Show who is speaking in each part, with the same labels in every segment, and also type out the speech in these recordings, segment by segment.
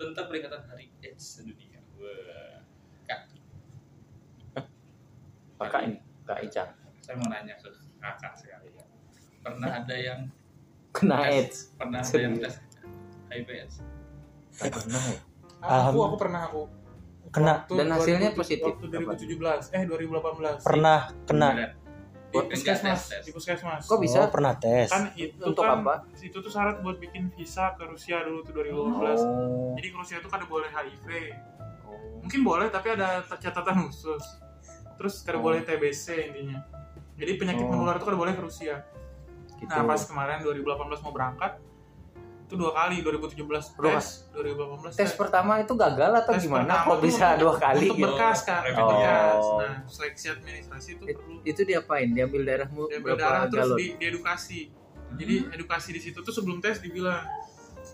Speaker 1: tentang peringatan Hari AIDS sedunia. Wah. Kak,
Speaker 2: Kakak ini, Kak Ica.
Speaker 1: saya mau nanya ke kakak sekali ya. Pernah ada yang
Speaker 2: Kena
Speaker 1: tes-
Speaker 2: AIDS.
Speaker 1: Pernah ada
Speaker 2: Sedunia.
Speaker 1: yang tes HIV AIDS?
Speaker 2: Kak Kena ya?
Speaker 3: aku
Speaker 4: Alham-
Speaker 3: aku pernah aku
Speaker 4: Kena.
Speaker 3: Waktu
Speaker 2: Dan hasilnya
Speaker 3: 2000
Speaker 2: positif.
Speaker 3: waktu 2017 eh 2018
Speaker 4: Pernah kena.
Speaker 1: Beneran.
Speaker 3: di
Speaker 1: Enggak
Speaker 3: puskesmas
Speaker 1: tes, tes.
Speaker 3: di puskesmas
Speaker 2: Kok bisa?
Speaker 4: Oh, pernah tes.
Speaker 3: kan itu
Speaker 2: Untuk
Speaker 3: kan
Speaker 2: apa?
Speaker 3: itu tuh syarat buat bikin visa ke Rusia dulu tuh 2018
Speaker 2: Oh.
Speaker 3: jadi ke Rusia tuh kada boleh HIV mungkin boleh tapi ada catatan khusus terus kada
Speaker 2: Oh.
Speaker 3: boleh TBC intinya jadi penyakit
Speaker 2: Oh.
Speaker 3: menular tuh kada boleh ke Rusia
Speaker 2: Gitu.
Speaker 3: Nah pas kemarin 2018 mau berangkat itu dua kali 2017
Speaker 2: Dua
Speaker 3: tes 2018
Speaker 2: tes pertama itu gagal atau
Speaker 3: Tes
Speaker 2: gimana?
Speaker 3: pertama
Speaker 2: Kok
Speaker 3: tuh
Speaker 2: bisa
Speaker 3: untuk-
Speaker 2: dua kali? gitu?
Speaker 3: untuk berkas kan
Speaker 1: Oh.
Speaker 3: untuk berkas nah seleksi administrasi itu
Speaker 2: It-
Speaker 3: perlu
Speaker 2: Itu diapain? Diambil darahmu
Speaker 3: daripada
Speaker 2: berapa Hmm.
Speaker 3: darah terus
Speaker 2: galon?
Speaker 3: di, diedukasi jadi edukasi di situ tuh sebelum tes dibilang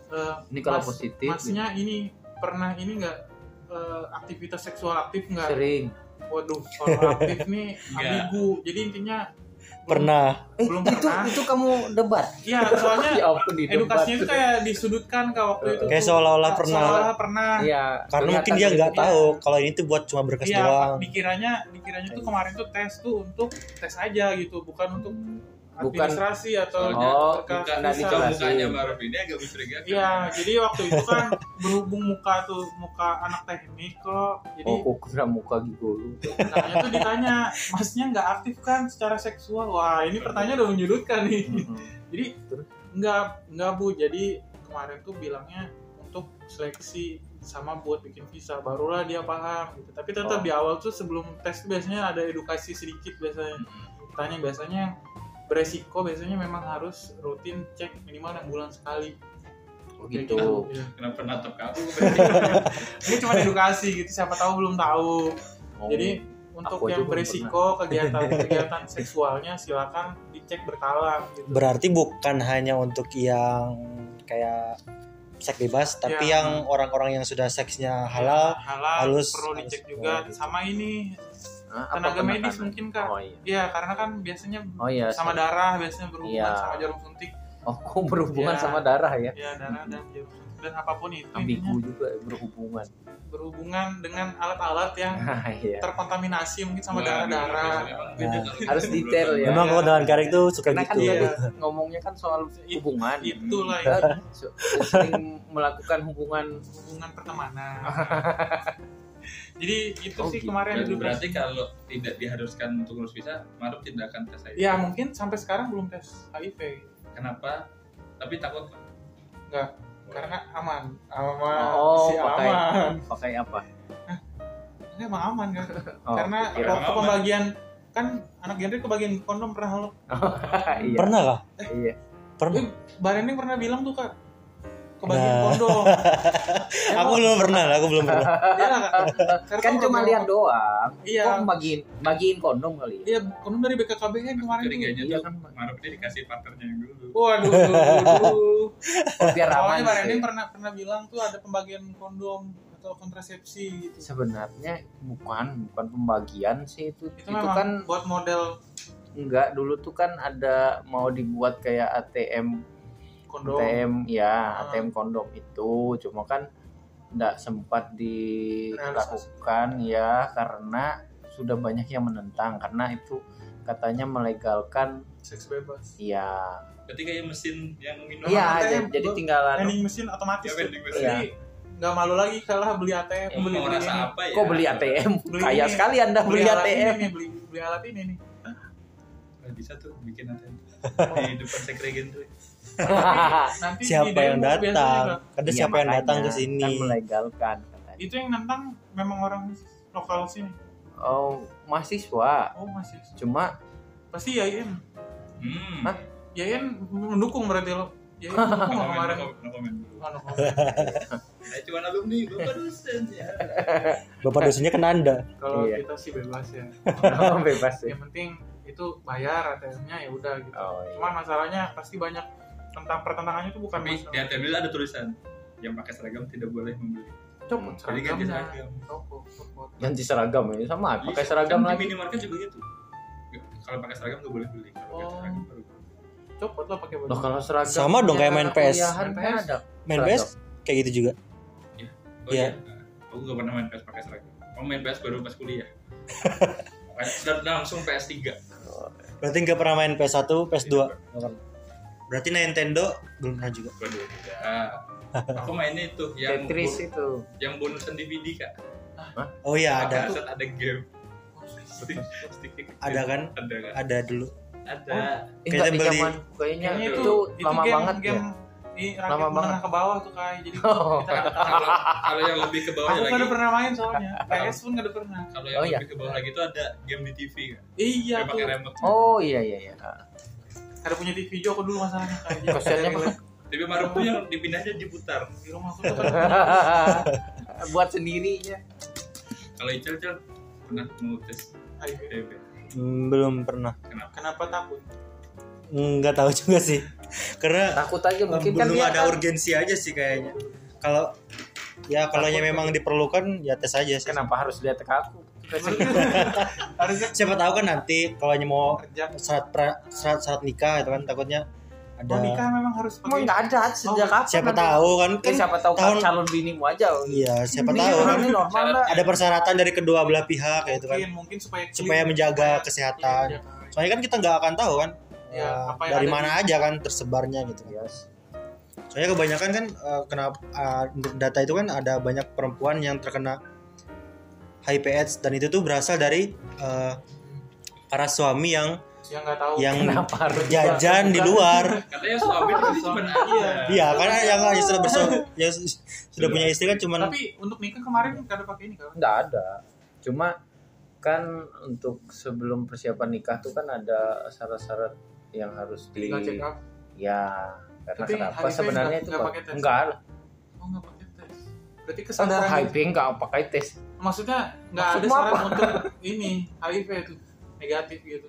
Speaker 3: eh,
Speaker 2: Ini kalau
Speaker 3: Mas-
Speaker 2: positif gitu.
Speaker 3: masnya ini pernah ini nggak eh, aktivitas seksual aktif nggak
Speaker 2: sering.
Speaker 3: waduh kalau aktif nih
Speaker 1: Nggak.
Speaker 3: ambigu jadi intinya belum-
Speaker 4: Pernah.
Speaker 2: Eh,
Speaker 3: Belum
Speaker 2: itu
Speaker 3: pernah.
Speaker 2: itu kamu debat.
Speaker 3: iya soalnya
Speaker 2: Ya ampun di debat.
Speaker 3: edukasinya itu kayak disudutkan kak waktu itu
Speaker 4: Kayak
Speaker 3: tuh.
Speaker 4: seolah-olah pernah.
Speaker 3: Seolah-olah pernah
Speaker 2: Iya.
Speaker 4: Karena mungkin dia
Speaker 2: kelihatan
Speaker 4: nggak
Speaker 2: dari-
Speaker 3: tahu
Speaker 4: tahu kalau ini tuh buat cuma berkas
Speaker 3: Iya,
Speaker 4: doang.
Speaker 3: dikiranya dikiranya tuh kemarin tuh tes tuh untuk tes aja gitu, bukan untuk
Speaker 2: Bukan
Speaker 3: administrasi atau
Speaker 1: Soalnya
Speaker 2: Oh,
Speaker 3: berkas
Speaker 1: bukan
Speaker 2: nggak
Speaker 3: visa.
Speaker 1: dicoba
Speaker 2: dicoba.
Speaker 1: mukanya Maruf ini agak mencurigakan.
Speaker 3: Iya, jadi waktu itu kan berhubung muka tuh muka anak teknik kok, jadi
Speaker 2: Oh, kok kira muka gigolo.
Speaker 3: katanya tuh ditanya, masnya nggak aktif kan secara seksual? Wah, ini pertanyaan udah
Speaker 2: Hmm.
Speaker 3: menyudutkan nih. Jadi
Speaker 2: Terus?
Speaker 3: nggak nggak bu, jadi kemarin tuh bilangnya untuk seleksi sama buat bikin visa barulah dia paham gitu. Tapi
Speaker 2: Oh.
Speaker 3: tetap di awal tuh sebelum tes tuh biasanya ada edukasi sedikit biasanya.
Speaker 2: Hmm.
Speaker 3: tanya biasanya yang beresiko biasanya memang harus rutin cek minimal enam bulan sekali
Speaker 2: Oh,
Speaker 3: Kayak
Speaker 2: gitu.
Speaker 3: Iya.
Speaker 1: Kenapa natap kamu?
Speaker 3: ini cuma edukasi gitu siapa tahu belum tahu
Speaker 2: Oh.
Speaker 3: jadi untuk
Speaker 2: Aku aja
Speaker 3: yang
Speaker 2: belum
Speaker 3: beresiko kegiatan kegiatan seksualnya silakan dicek berkala gitu.
Speaker 4: Berarti bukan hanya untuk yang kayak seks bebas, tapi
Speaker 3: Ya.
Speaker 4: yang orang-orang yang sudah seksnya
Speaker 3: Halal,
Speaker 4: halal.
Speaker 3: halus
Speaker 4: halus,
Speaker 3: perlu
Speaker 4: halus
Speaker 3: dicek
Speaker 4: semua
Speaker 3: juga
Speaker 4: gitu.
Speaker 3: sama ini
Speaker 2: Hah, apa
Speaker 3: tenaga
Speaker 2: kena
Speaker 3: medis
Speaker 2: kanan?
Speaker 3: mungkin kak
Speaker 2: Oh iya.
Speaker 3: Iya, karena kan biasanya
Speaker 2: Oh iya.
Speaker 3: sama
Speaker 2: saya-
Speaker 3: darah biasanya
Speaker 2: Iya.
Speaker 3: berhubungan sama jarum suntik
Speaker 2: Oh, kok berhubungan
Speaker 3: Iya.
Speaker 2: sama darah ya?
Speaker 3: ya darah dan jarum suntik dan apapun itu intinya
Speaker 2: Ambigu juga berhubungan.
Speaker 3: berhubungan dengan alat-alat yang
Speaker 2: Nah, iya.
Speaker 3: terkontaminasi mungkin sama
Speaker 1: Wah,
Speaker 3: darah-darah Iya.
Speaker 1: memang beda kalau
Speaker 2: Harus
Speaker 1: kita
Speaker 2: detail
Speaker 1: ngobrol.
Speaker 2: ya.
Speaker 4: Memang kalau dengan karek tuh suka
Speaker 2: Karena kan
Speaker 4: gitu.
Speaker 2: dia ngomongnya kan soal
Speaker 3: It-
Speaker 2: hubungan.
Speaker 3: itulah ya,
Speaker 2: Kita se- sering melakukan hubungan
Speaker 3: hubungan pertemanan jadi itu
Speaker 2: Oh,
Speaker 3: sih
Speaker 2: gitu.
Speaker 3: kemarin
Speaker 1: Berarti,
Speaker 3: dulu
Speaker 1: berarti kalau tidak diharuskan untuk ngurus visa, Maruf tidak akan tes HIV.
Speaker 3: ya mungkin sampai sekarang belum tes HIV
Speaker 1: Kenapa? Tapi takut Pak.
Speaker 3: Enggak. karena aman aman
Speaker 2: Oh,
Speaker 3: si
Speaker 2: pakai
Speaker 3: aman
Speaker 2: pakai apa?
Speaker 3: ini emang aman kan
Speaker 2: Oh,
Speaker 3: karena
Speaker 2: kira-
Speaker 3: waktu
Speaker 1: aman.
Speaker 3: pembagian kan anak genre kebagian kondom pernah lo
Speaker 2: iya.
Speaker 4: Pernah kah?
Speaker 2: Iya.
Speaker 4: Pernah.
Speaker 3: Barending pernah bilang tuh kak kebagian
Speaker 4: Nah.
Speaker 3: kondom Ya,
Speaker 4: Aku
Speaker 3: Kak.
Speaker 4: belum pernah lah, aku belum pernah.
Speaker 3: Iya, Kak. Karena
Speaker 2: Kan
Speaker 3: tuh
Speaker 2: cuma
Speaker 3: orang-
Speaker 2: lihat doang.
Speaker 3: iya
Speaker 2: Kok bagiin bagiin kondom kali ya?
Speaker 3: iya kondom dari BKKBN ya kemarin tuh.
Speaker 1: Curiganya
Speaker 2: Iya
Speaker 1: tuh
Speaker 2: kan.
Speaker 1: Maruf ini dikasih partnernya yang dulu.
Speaker 3: waduh waduh.
Speaker 2: Oh, biar aman.
Speaker 3: Soalnya Mbak
Speaker 2: gitu
Speaker 3: Rending
Speaker 2: ya.
Speaker 3: pernah pernah bilang tuh ada pembagian kondom atau kontrasepsi gitu.
Speaker 2: Sebenarnya bukan bukan pembagian sih itu.
Speaker 3: Itu,
Speaker 2: Itu,
Speaker 3: memang
Speaker 2: kan
Speaker 3: buat model
Speaker 2: enggak dulu tuh kan ada mau dibuat kayak ATM
Speaker 3: kondom.
Speaker 2: ATM
Speaker 3: Ah.
Speaker 2: ya ATM kondom itu cuma kan nggak sempat dilakukan ya karena sudah banyak yang menentang karena itu katanya melegalkan
Speaker 3: Seks bebas.
Speaker 2: ya
Speaker 1: Berarti kayak mesin yang minum.
Speaker 2: iya
Speaker 3: ATM,
Speaker 2: jadi, jadi anu,
Speaker 3: gua-
Speaker 2: tinggalan
Speaker 3: Vending mesin
Speaker 1: Ya,
Speaker 3: otomatis. tuh.
Speaker 2: Iya.
Speaker 1: vending mesin.
Speaker 3: Jadi nggak malu lagi kalah beli ATM,
Speaker 1: Mau
Speaker 3: beli beli
Speaker 1: rasa
Speaker 3: ini.
Speaker 1: apa ya?
Speaker 2: kok beli ATM
Speaker 3: Beli
Speaker 2: kaya
Speaker 3: ini.
Speaker 2: sekali anda beli,
Speaker 3: alat
Speaker 2: ATM
Speaker 3: ini nih, beli beli alat ini nih.
Speaker 1: Nggak bisa tuh bikin ATM. Di depan sekregen tuh.
Speaker 3: Nanti di
Speaker 4: Siapa
Speaker 3: demo
Speaker 4: yang
Speaker 3: biasanya
Speaker 4: datang?
Speaker 3: nggak-
Speaker 4: Ada
Speaker 2: Iya,
Speaker 4: siapa yang
Speaker 2: makanya,
Speaker 4: datang ke
Speaker 2: kan
Speaker 4: sini?
Speaker 2: melegalkan katanya
Speaker 3: Itu yang nentang memang orang lokal sini.
Speaker 2: oh mahasiswa
Speaker 3: Oh masih.
Speaker 2: cuma
Speaker 3: Pasti YM.
Speaker 1: Hmm.
Speaker 2: Hah?
Speaker 3: YM mendukung berarti lo. YM mendukung
Speaker 1: No
Speaker 3: lo
Speaker 1: comment,
Speaker 3: kemarin.
Speaker 1: no comment, no comment dulu.
Speaker 3: Bukan, bukan.
Speaker 1: Saya cuma alumni, bapak dosen ya.
Speaker 4: Bapak dosennya kan Anda.
Speaker 3: Kalau
Speaker 2: Iya.
Speaker 3: kita sih bebas ya.
Speaker 2: bebas ya
Speaker 3: yang penting itu bayar ATM-nya ya udah gitu.
Speaker 2: oh, iya.
Speaker 3: Cuman masalahnya pasti banyak tentang pertentangannya itu bukan
Speaker 1: Tapi di
Speaker 3: masalah.
Speaker 1: ATM itu ada tulisan yang pakai seragam tidak boleh membeli.
Speaker 3: Copot
Speaker 1: Jadi ganti
Speaker 3: seragamnya.
Speaker 1: seragam.
Speaker 3: Copot, copot.
Speaker 2: ganti seragam ini sama pakai seragam
Speaker 1: kan
Speaker 2: lagi
Speaker 1: Di minimarket juga gitu. Nggak- Kalau pakai seragam nggak boleh beli. Kalau pakai
Speaker 3: Oh.
Speaker 1: seragam baru.
Speaker 3: Copot lo pakai baju.
Speaker 2: Loh kalau seragam
Speaker 4: Sama dong kayak main PS.
Speaker 2: kuliahan kan ada
Speaker 4: Main
Speaker 2: seragam.
Speaker 4: PS kayak gitu juga.
Speaker 1: Oh
Speaker 4: Iya.
Speaker 1: iya. Aku gak pernah main PS pakai seragam. Aku main PS baru pas kuliah. Main- Dan langsung PS 3
Speaker 4: Berarti nggak pernah main PS1, PS2.
Speaker 1: Iya,
Speaker 4: Nggak pernah. Berarti Nintendo belum pernah juga.
Speaker 1: Waduh, tidak. Aku mainnya itu yang
Speaker 2: Tetris
Speaker 1: bu-
Speaker 2: itu
Speaker 1: yang bonusan DVD kak.
Speaker 4: Oh iya ada,
Speaker 1: Ada set, ada game. Stick- sticknya kecil.
Speaker 4: ada kan?
Speaker 1: Ada kan?
Speaker 4: Ada dulu.
Speaker 1: Ada.
Speaker 2: Eh,
Speaker 4: Kayaknya
Speaker 2: enggak, di
Speaker 4: beli-
Speaker 2: zaman
Speaker 3: Iya,
Speaker 2: kayaknya
Speaker 1: Kayaknya
Speaker 2: itu,
Speaker 1: itu-
Speaker 2: lama banget ya
Speaker 3: Ini
Speaker 2: Lama
Speaker 3: rakyat menengah
Speaker 2: banget.
Speaker 3: ke bawah tuh kayak jadi
Speaker 2: Oh.
Speaker 3: kita nggak pernah.
Speaker 1: Kalau kalau yang lebih ke bawahnya
Speaker 3: Aku
Speaker 1: lagi.
Speaker 3: nggak ada pernah main soalnya. PS pun nggak ada pernah.
Speaker 1: Kalau yang
Speaker 2: Oh, iya.
Speaker 1: lebih ke bawah lagi itu ada game di TV kan.
Speaker 3: Iya
Speaker 1: Yang
Speaker 3: tuh.
Speaker 1: pakai remote.
Speaker 2: oh iya iya iya
Speaker 3: Ada punya TV juga aku dulu masalahnya kayak gitu.
Speaker 2: Kasiannya
Speaker 3: Dari-
Speaker 1: TV Marup tuh yang dipindah aja diputar.
Speaker 3: di rumah aku tuh kan
Speaker 2: buat sendirinya
Speaker 1: Kalau Ical Ical pernah mau tes TV.
Speaker 4: Hmm, belum pernah.
Speaker 3: Kenapa takut?
Speaker 4: Nggak tahu juga sih. Karena
Speaker 2: takut aja mungkin kan
Speaker 4: belum
Speaker 2: dia
Speaker 4: ada
Speaker 2: kan-
Speaker 4: urgensi aja sih kayaknya kalau ya kalau
Speaker 2: Takut.
Speaker 4: memang diperlukan ya tes aja sih
Speaker 2: kenapa harus lihat ke aku
Speaker 3: Harusnya
Speaker 4: siapa tahu kan nanti kalau mau
Speaker 3: kerja.
Speaker 4: syarat pra- syarat syarat nikah itu kan takutnya ada
Speaker 3: Oh nikah memang harus
Speaker 2: emang
Speaker 3: pakai.
Speaker 2: nggak ada sejak kapan
Speaker 4: siapa
Speaker 2: nanti?
Speaker 4: tahu kan
Speaker 2: Eh,
Speaker 4: kan
Speaker 2: siapa tahu kan
Speaker 4: tahun-
Speaker 2: calon binimu aja
Speaker 4: iya siapa
Speaker 2: Ini
Speaker 4: tahu
Speaker 2: orang ini Iya. normal
Speaker 1: Calon-
Speaker 2: lah
Speaker 4: ada persyaratan dari kedua belah pihak ya itu kan
Speaker 3: Mungkin, mungkin supaya clear.
Speaker 4: supaya menjaga kesehatan
Speaker 3: Iya, iya.
Speaker 4: soalnya kan kita nggak akan tahu kan
Speaker 2: Iya,
Speaker 3: Ya,
Speaker 4: eh,
Speaker 3: apa yang
Speaker 4: dari
Speaker 3: ada
Speaker 4: mana aja kan tersebarnya gitu kan soalnya kebanyakan kan eh, kenapa eh, untuk data itu kan ada banyak perempuan yang terkena HIV AIDS dan itu tuh berasal dari eh, para suami yang
Speaker 3: Yang nggak tahu.
Speaker 4: yang
Speaker 2: kenapa harus
Speaker 4: jajan di luar
Speaker 1: Katanya suami itu cuma
Speaker 3: Iya.
Speaker 1: ada.
Speaker 4: iya karena yang sudah bersu- yang su- sudah punya istri kan cuman
Speaker 3: Tapi untuk nikah kemarin nggak ada pakai ini kan?
Speaker 2: nggak ada cuma kan untuk sebelum persiapan nikah tuh kan ada syarat-syarat yang harus di
Speaker 3: Nggak check up.
Speaker 2: ya karena
Speaker 3: Tapi
Speaker 2: kenapa
Speaker 3: HIV
Speaker 2: sebenarnya
Speaker 3: nggak-
Speaker 2: itu
Speaker 3: nggak
Speaker 2: Pak?
Speaker 3: pakai tes?
Speaker 2: enggak lah
Speaker 3: Oh nggak pakai tes. Berarti
Speaker 2: Aku
Speaker 3: kesadaran gitu?
Speaker 2: HIV enggak pakai tes
Speaker 3: maksudnya nggak ada
Speaker 2: Maksudmu
Speaker 3: saran
Speaker 2: apa?
Speaker 3: untuk ini HIV itu negatif gitu.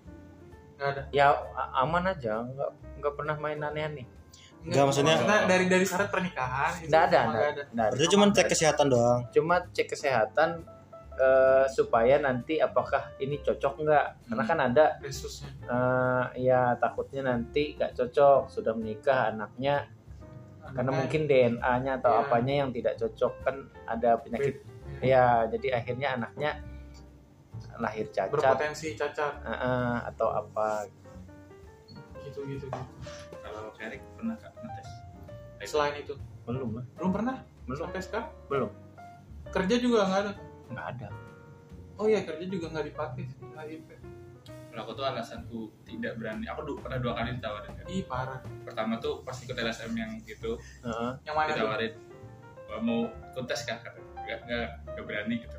Speaker 3: Nggak ada.
Speaker 2: ya a- aman aja enggak enggak pernah main aneh-aneh
Speaker 4: Nggak, maksudnya-
Speaker 3: dari dari syarat pernikahan itu
Speaker 2: enggak ada
Speaker 3: semua
Speaker 2: enggak
Speaker 3: Iya, nggak
Speaker 2: ada,
Speaker 3: ada.
Speaker 2: enggak ada.
Speaker 4: berarti cuman cek kesehatan doang
Speaker 2: cuma cek kesehatan eh, supaya nanti apakah ini cocok enggak karena
Speaker 3: Hmm.
Speaker 2: kan ada
Speaker 3: Resusnya.
Speaker 2: eh, ya takutnya nanti enggak cocok sudah menikah anaknya karena
Speaker 3: Anaknya.
Speaker 2: mungkin DNA-nya atau
Speaker 3: Ya.
Speaker 2: apanya yang tidak cocok kan ada iya. penyakit ya jadi akhirnya anaknya lahir cacat
Speaker 3: berpotensi cacat
Speaker 2: eh, eh, atau apa
Speaker 3: gitu gitu. gitu.
Speaker 1: Kalau Erik pernah kak ngetes?
Speaker 3: Selain itu
Speaker 2: belum lah
Speaker 3: belum pernah
Speaker 2: belum
Speaker 3: sampai sekarang
Speaker 2: belum
Speaker 3: kerja juga nggak ada.
Speaker 2: nggak ada
Speaker 3: Oh iya kerja juga nggak dipakai HIV.
Speaker 1: Kalau aku tuh alasanku tidak berani. Aku du- pernah dua kali ditawarin. Kak.
Speaker 3: Ih parah.
Speaker 1: Pertama tuh pas ikut LSM yang gitu
Speaker 2: Heeh.
Speaker 3: Yang mana? tuh?
Speaker 1: ditawarin "Wah, mau ikut tes kak kata nggak nggak nggak berani gitu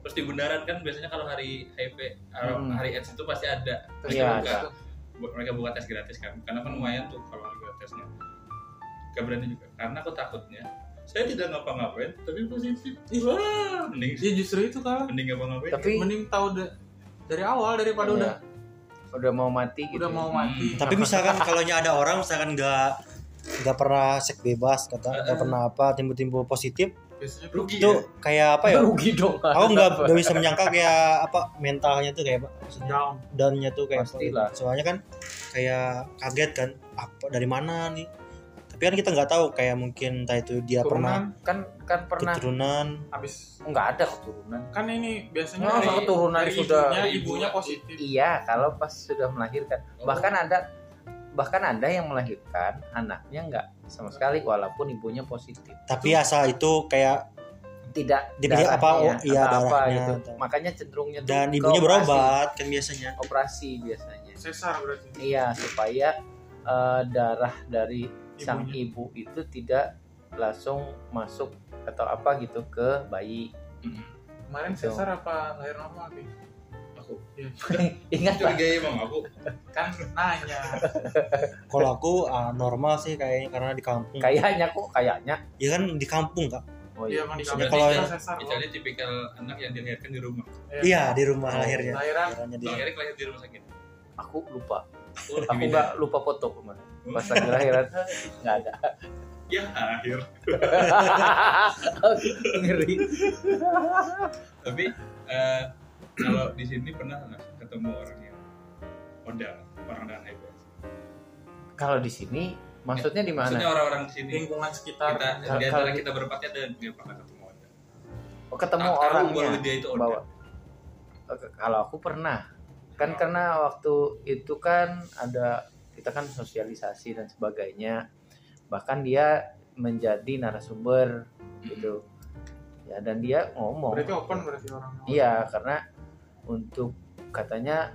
Speaker 1: terus di bundaran kan biasanya kalau hari HIV uh,
Speaker 2: Hmm.
Speaker 1: hari AIDS itu pasti ada
Speaker 3: Terus
Speaker 2: Iya,
Speaker 3: terus
Speaker 1: ada.
Speaker 3: tuh.
Speaker 1: buat mereka buka tes gratis kan karena kan lumayan tuh kalau harga tesnya nggak berani juga karena aku takutnya saya tidak ngapa-ngapain tapi positif wah mending
Speaker 3: Iya justru itu kan.
Speaker 1: mending ngapa-ngapain
Speaker 2: tapi
Speaker 3: Mending tahu da- dari awal daripada
Speaker 2: Iya.
Speaker 3: udah
Speaker 2: udah mau mati gitu
Speaker 3: udah mau mati.
Speaker 1: Hmm.
Speaker 4: tapi misalkan kalau ada orang misalkan nggak nggak pernah cek bebas kata nggak pernah apa timbul-timbul positif
Speaker 2: Hmm.
Speaker 3: Biasanya tuh
Speaker 1: rugi
Speaker 4: itu
Speaker 1: ya?
Speaker 4: kayak apa ya
Speaker 2: rugi dong
Speaker 4: aku nggak nggak bisa menyangka kayak apa mentalnya tuh kayak apa maksudnya
Speaker 3: down.
Speaker 4: downnya tuh kayak apa gitu.
Speaker 2: Pastilah.
Speaker 4: soalnya kan kayak kaget kan apa dari mana nih tapi kan kita nggak tahu kayak mungkin entah itu dia pernah
Speaker 3: Turunan
Speaker 2: kan kan pernah
Speaker 4: keturunan
Speaker 3: habis
Speaker 2: nggak ada keturunan
Speaker 3: kan ini biasanya
Speaker 2: Masa
Speaker 3: dari,
Speaker 2: keturunan
Speaker 3: dari
Speaker 2: Oh, sudah
Speaker 3: ibunya,
Speaker 1: dari ibu-
Speaker 3: ibunya positif.
Speaker 2: iya kalau pas sudah melahirkan bahkan ada bahkan ada yang melahirkan anaknya nggak sama sekali walaupun ibunya positif
Speaker 4: tapi asal itu kayak
Speaker 2: tidak
Speaker 4: Dipilih apa, oh, iya,
Speaker 2: atau apa
Speaker 4: darahnya,
Speaker 2: gitu
Speaker 4: atau-
Speaker 2: makanya cenderungnya tuh
Speaker 4: dan
Speaker 2: ke
Speaker 4: ibunya
Speaker 2: operasi.
Speaker 4: berobat kan biasanya
Speaker 2: operasi biasanya
Speaker 3: Sesar berarti.
Speaker 2: iya supaya eh, darah dari sang
Speaker 3: Ibunya.
Speaker 2: ibu itu tidak langsung masuk atau apa gitu ke bayi
Speaker 1: Mm-mm.
Speaker 3: Kemarin
Speaker 2: Betul.
Speaker 3: sesar apa lahir normal sih?
Speaker 1: aku
Speaker 2: ingat lah
Speaker 1: curiga emang aku
Speaker 3: Kan nanya.
Speaker 4: kalau aku ah, normal sih kayaknya karena di kampung
Speaker 2: kayaknya kok kayaknya
Speaker 4: ya kan di kampung kak
Speaker 2: oh
Speaker 3: Dia
Speaker 2: iya
Speaker 3: emang di
Speaker 1: Maksudnya
Speaker 3: kampus,
Speaker 4: kalau-
Speaker 3: dia sesar. oh. loh.
Speaker 1: Italia tipikal anak yang dilahirkan di rumah
Speaker 4: iya di rumah
Speaker 2: Oh,
Speaker 4: lahirnya
Speaker 3: Lahiran
Speaker 4: Lahirannya di
Speaker 1: Bang Erik lahir di rumah sakit
Speaker 2: aku lupa
Speaker 1: aku
Speaker 4: Iya,
Speaker 2: aku
Speaker 1: lebih
Speaker 2: nggak lupa foto kemarin pas lagi lahiran nggak ada
Speaker 1: ya akhir
Speaker 2: ngeri
Speaker 1: tapi eh, kalau di sini pernah nggak ketemu orang yang modal orang dengan HIV
Speaker 2: kalau di sini maksudnya di
Speaker 1: maksudnya
Speaker 2: mana
Speaker 1: orang-orang di sini
Speaker 3: lingkungan sekitar.
Speaker 1: kita di
Speaker 2: Kalau-
Speaker 1: antara kita berempat ada nggak pernah ketemu modal
Speaker 2: Oh, ketemu
Speaker 1: tahu
Speaker 2: orangnya
Speaker 1: baru dia itu order.
Speaker 2: bawa Oke, kalau aku pernah kan karena waktu itu kan ada kita kan sosialisasi dan sebagainya bahkan dia menjadi narasumber
Speaker 1: Hmm.
Speaker 2: gitu ya dan dia ngomong
Speaker 3: berarti open berarti orang
Speaker 2: Iya, karena untuk katanya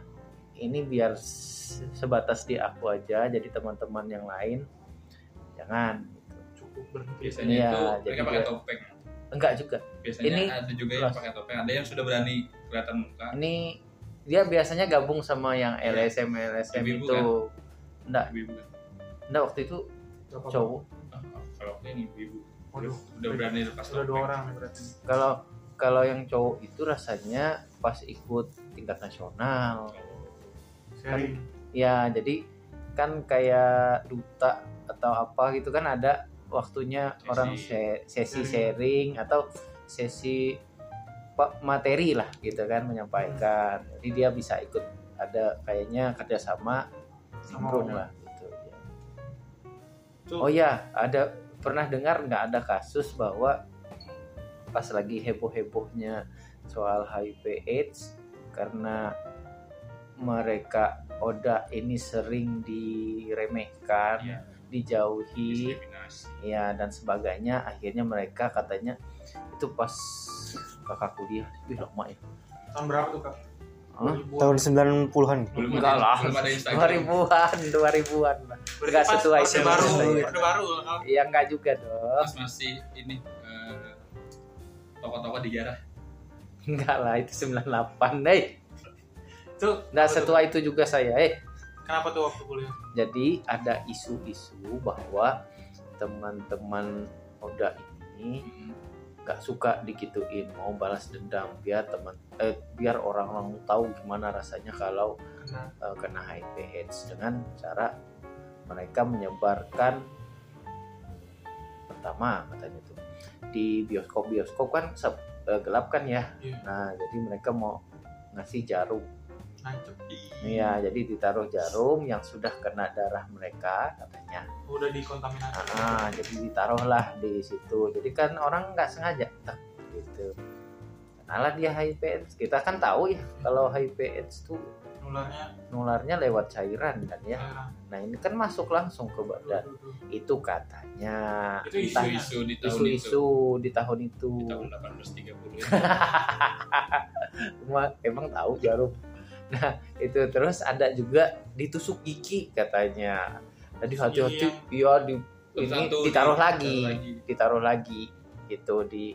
Speaker 2: ini biar se- sebatas di aku aja, jadi teman-teman yang lain jangan. gitu.
Speaker 3: cukup berhenti
Speaker 1: biasanya
Speaker 2: Iya,
Speaker 1: itu
Speaker 2: jadi
Speaker 1: mereka pakai
Speaker 2: dia-
Speaker 1: topeng
Speaker 2: Enggak juga.
Speaker 1: biasanya
Speaker 2: Ini-
Speaker 1: ada juga yang
Speaker 2: Kelas.
Speaker 1: pakai topeng ada yang sudah berani kelihatan muka
Speaker 2: Ini dia biasanya gabung sama yang
Speaker 1: Iya.
Speaker 2: LSM LSM
Speaker 1: Ibu-ibu
Speaker 2: itu. Enggak,
Speaker 1: ibu-ibu kan.
Speaker 2: enggak Nah, waktu itu
Speaker 3: Gak apa-apa.
Speaker 2: cowok.
Speaker 1: Ah, kalau aku ini ibu-ibu
Speaker 3: waduh
Speaker 1: udah berani lepas
Speaker 3: sudah dua
Speaker 1: topeng.
Speaker 3: orang ya berarti
Speaker 2: Kalau kalau yang cowok itu rasanya pas ikut tingkat
Speaker 1: Oh,
Speaker 2: nasional.
Speaker 3: sharing
Speaker 2: Ya, jadi kan kayak duta atau apa gitu kan ada waktunya
Speaker 1: Sesi.
Speaker 2: orang se- sesi
Speaker 3: Sharing.
Speaker 2: sharing atau sesi pa- materi lah gitu kan
Speaker 1: Hmm.
Speaker 2: menyampaikan. Jadi dia bisa ikut ada kayaknya kerjasama nimbrung
Speaker 3: orang.
Speaker 2: lah gitu. ya.
Speaker 1: Tuh.
Speaker 2: Oh ya, ada pernah dengar nggak ada kasus bahwa pas lagi heboh-hebohnya soal HIV/AIDS karena mereka Oda ini sering diremehkan,
Speaker 1: Iya,
Speaker 2: dijauhi,
Speaker 1: diskriminasi
Speaker 2: ya dan sebagainya. Akhirnya mereka katanya itu pas kakak kuliah, lebih lama ya.
Speaker 3: tahun berapa tuh kak
Speaker 2: Hah?
Speaker 3: 2000.
Speaker 4: tahun 90-an
Speaker 1: belum
Speaker 2: Enggak
Speaker 1: ada
Speaker 2: lah.
Speaker 1: belum ada Instagram
Speaker 2: 2000-an, 2000-an lah.
Speaker 3: Berarti
Speaker 2: Nggak
Speaker 3: pas
Speaker 2: sesuai
Speaker 3: orde
Speaker 2: sama
Speaker 3: baru
Speaker 1: saya.
Speaker 3: orde baru kan
Speaker 2: Ya enggak juga dong.
Speaker 1: Pas masih ini eh, toko-toko dijarah
Speaker 2: Enggak lah, itu 98, deh.
Speaker 3: itu
Speaker 2: Nah, setua Eh, itu juga saya, eh.
Speaker 3: kenapa tuh waktu kuliah
Speaker 2: Jadi ada isu-isu bahwa teman-teman Oda ini gak suka digituin, mau balas dendam biar teman eh, biar orang-orang tahu gimana rasanya kalau
Speaker 3: kena
Speaker 2: eh, kena HIV AIDS dengan cara mereka menyebarkan pertama katanya tuh di bioskop-bioskop kan sep- eh, gelap kan ya.
Speaker 3: Iya.
Speaker 2: Nah, jadi mereka mau ngasih jarum
Speaker 3: nancep
Speaker 2: Iya, jadi ditaruh jarum yang sudah kena darah mereka katanya.
Speaker 3: udah dikontaminasi
Speaker 2: Ah, jadi ditaruhlah di situ. Jadi kan orang nggak sengaja tek, gitu. Kenalah dia HIV AIDS. Kita kan tahu ya kalau HIV AIDS tuh
Speaker 3: nularnya
Speaker 2: nularnya lewat cairan kan ya.
Speaker 3: daerah
Speaker 2: Nah, ini kan masuk langsung ke badan. Itu katanya.
Speaker 3: Itu
Speaker 1: itu
Speaker 2: Entah,
Speaker 1: isu di tahun itu
Speaker 2: isu-isu di tahun itu.
Speaker 1: di tahun 1830 itu
Speaker 2: Cuma emang tahu jarum. Nah, itu terus ada juga ditusuk gigi katanya. Tadi hati-hati iya di
Speaker 1: Terus
Speaker 2: ini
Speaker 1: satu
Speaker 2: ditaruh
Speaker 1: di-
Speaker 2: lagi, ditaruh lagi gitu di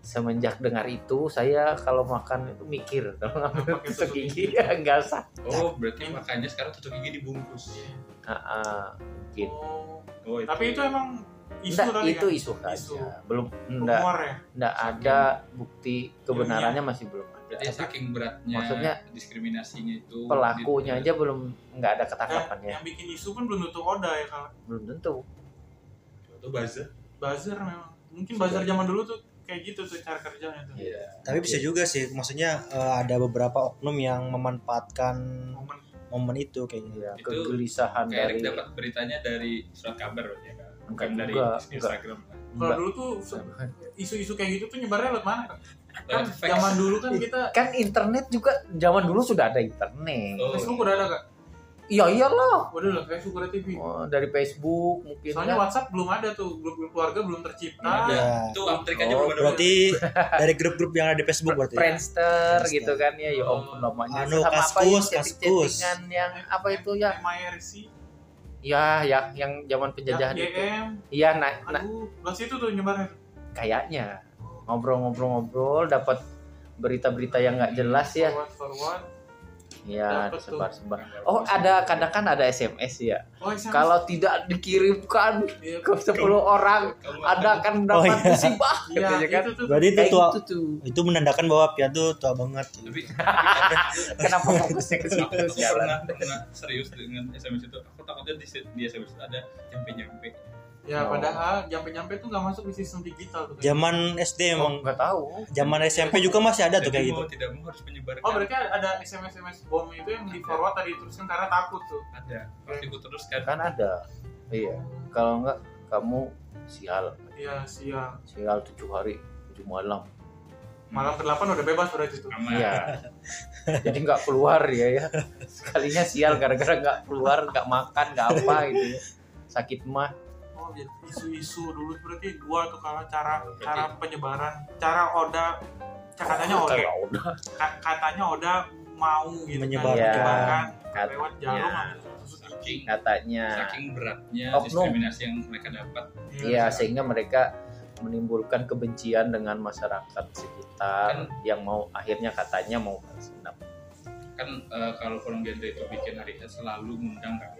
Speaker 2: semenjak dengar itu saya kalau makan itu mikir kalau ngambil
Speaker 3: Pakai
Speaker 2: tusuk
Speaker 3: tusuk
Speaker 2: gigi ya nggak sah.
Speaker 1: oh berarti makanya sekarang tutup gigi dibungkus
Speaker 2: Ah, ah, gitu.
Speaker 3: oh
Speaker 1: oh itu
Speaker 3: tapi itu emang isu
Speaker 2: Nggak,
Speaker 3: tadi
Speaker 2: itu isu saja.
Speaker 3: Isu.
Speaker 2: Belum
Speaker 3: kan
Speaker 2: enggak
Speaker 3: Humor ya
Speaker 2: enggak ada bukti kebenarannya masih belum ada.
Speaker 1: berarti saking beratnya
Speaker 2: Maksudnya,
Speaker 1: diskriminasinya itu Gitu.
Speaker 2: Pelakunya
Speaker 1: di-
Speaker 2: aja belum nggak ada
Speaker 3: Eh,
Speaker 2: ketangkapan ya.
Speaker 3: yang bikin isu pun belum tentu Oda ya kalau
Speaker 2: Belum tentu.
Speaker 1: itu buzzer
Speaker 3: buzzer memang mungkin buzzer zaman dulu tuh kayak gitu tuh cara kerjanya tuh
Speaker 2: Iya.
Speaker 4: tapi bisa juga sih maksudnya eh, ada beberapa oknum yang memanfaatkan
Speaker 3: momen
Speaker 4: momen itu gitu. kayaknya
Speaker 2: Iya,
Speaker 1: Itu
Speaker 2: kegelisahan
Speaker 1: kayak Erik
Speaker 2: dari
Speaker 1: dapat beritanya dari surat kabar berarti ya kan bukan dari
Speaker 2: juga, enggak.
Speaker 1: Instagram kan?
Speaker 3: kalau
Speaker 2: Mbak-
Speaker 3: dulu tuh se- isu-isu kayak gitu tuh nyebarnya lewat mana Kak? kan
Speaker 1: Lewat fax.
Speaker 3: zaman dulu kan kita
Speaker 2: kan internet juga zaman dulu sudah ada internet.
Speaker 1: Oh,
Speaker 3: Facebook udah ada kak
Speaker 2: Iya iyalah.
Speaker 3: udah lah Facebook udah TV
Speaker 2: Oh, dari Facebook mungkin.
Speaker 3: soalnya
Speaker 2: ya.
Speaker 3: WhatsApp belum ada tuh grup grup keluarga belum tercipta
Speaker 1: Iya.
Speaker 4: ya
Speaker 1: itu uptake aja
Speaker 2: Oh,
Speaker 1: belum ada
Speaker 4: berarti dari grup-grup yang ada di Facebook berarti
Speaker 2: Friendster
Speaker 4: ya? Friendster.
Speaker 2: gitu kan ya, ya ampun lamanya.
Speaker 4: Anu,
Speaker 2: Sama apa
Speaker 4: Kaskus,
Speaker 2: ya,
Speaker 4: Kaskus.
Speaker 2: chatting-chattingan yang apa itu ya?
Speaker 3: MIRC
Speaker 2: Ya, yang yang zaman penjajahan itu.
Speaker 3: DM
Speaker 2: Iya, nah, nah,
Speaker 3: ya, aduh lewat situ tuh nyebarnya
Speaker 2: kayaknya ngobrol-ngobrol-ngobrol dapat berita-berita yang nggak jelas ya.
Speaker 3: forward forward
Speaker 2: Ya,
Speaker 3: Dapet tuh.
Speaker 2: sebar-sebar. Oh, ada kadang kan ada SMS ya.
Speaker 3: oh SMS
Speaker 2: Kalau tidak dikirimkan
Speaker 3: Iya,
Speaker 2: ke 10 orang
Speaker 1: Kamu akan-
Speaker 2: ada akan mendapat
Speaker 4: Oh, iya.
Speaker 2: musibah
Speaker 3: iya,
Speaker 2: katanya kan.
Speaker 3: itu tuh
Speaker 4: berarti itu
Speaker 2: Kayak
Speaker 4: tua
Speaker 2: gitu tuh.
Speaker 4: itu menandakan bahwa Pian tuh tua banget
Speaker 1: tapi
Speaker 2: Kenapa fokusnya ke
Speaker 1: aku
Speaker 2: situ
Speaker 1: aku
Speaker 2: sialan?
Speaker 1: pernah, pernah serius dengan SMS itu aku takutnya di, di SMS itu ada nyampe-nyampe
Speaker 3: ya
Speaker 2: Oh.
Speaker 3: padahal nyampe-nyampe tuh nggak masuk di sistem digital tuh Kak.
Speaker 4: zaman
Speaker 2: Emang
Speaker 4: SD emang
Speaker 2: nggak tahu.
Speaker 4: zaman SMP juga masih ada tuh
Speaker 1: Jadi
Speaker 4: kayak gitu
Speaker 1: mau tidak mau harus menyebarkan
Speaker 3: Oh berarti ada SMS SMS bom itu yang di forward tadi diteruskan karena takut tuh.
Speaker 1: ada harus ikut terus kan
Speaker 2: Kan ada. Iya. Kalau nggak kamu sial,
Speaker 3: Iya sial.
Speaker 2: sial tujuh hari tujuh malam.
Speaker 3: malam ke-8 udah bebas berarti tuh.
Speaker 1: Aman.
Speaker 2: Iya. Jadi nggak keluar ya ya. Sekalinya sial gara-gara nggak keluar, nggak makan, nggak apa gitu. ya. Sakit mah.
Speaker 3: Oh, jadi isu-isu dulu berarti dua tuh kalau cara cara penyebaran, cara
Speaker 2: Oh,
Speaker 3: Oda katanya Oda, ka- katanya Oda mau gitu
Speaker 4: Menyebar.
Speaker 3: kan,
Speaker 2: Iya.
Speaker 3: menyebarkan
Speaker 2: Kat-
Speaker 3: lewat jalur
Speaker 2: iya.
Speaker 3: ambil susu gigi.
Speaker 1: Saking,
Speaker 4: Nah.
Speaker 2: Katanya.
Speaker 1: saking beratnya
Speaker 2: Oknum.
Speaker 1: diskriminasi yang mereka dapat.
Speaker 2: Iya, sehingga mereka menimbulkan kebencian dengan masyarakat sekitar yang mau akhirnya katanya mau balas dendam.
Speaker 1: Kan eh, kalau Kolombian Day itu bikin hari ini selalu ngundang kan.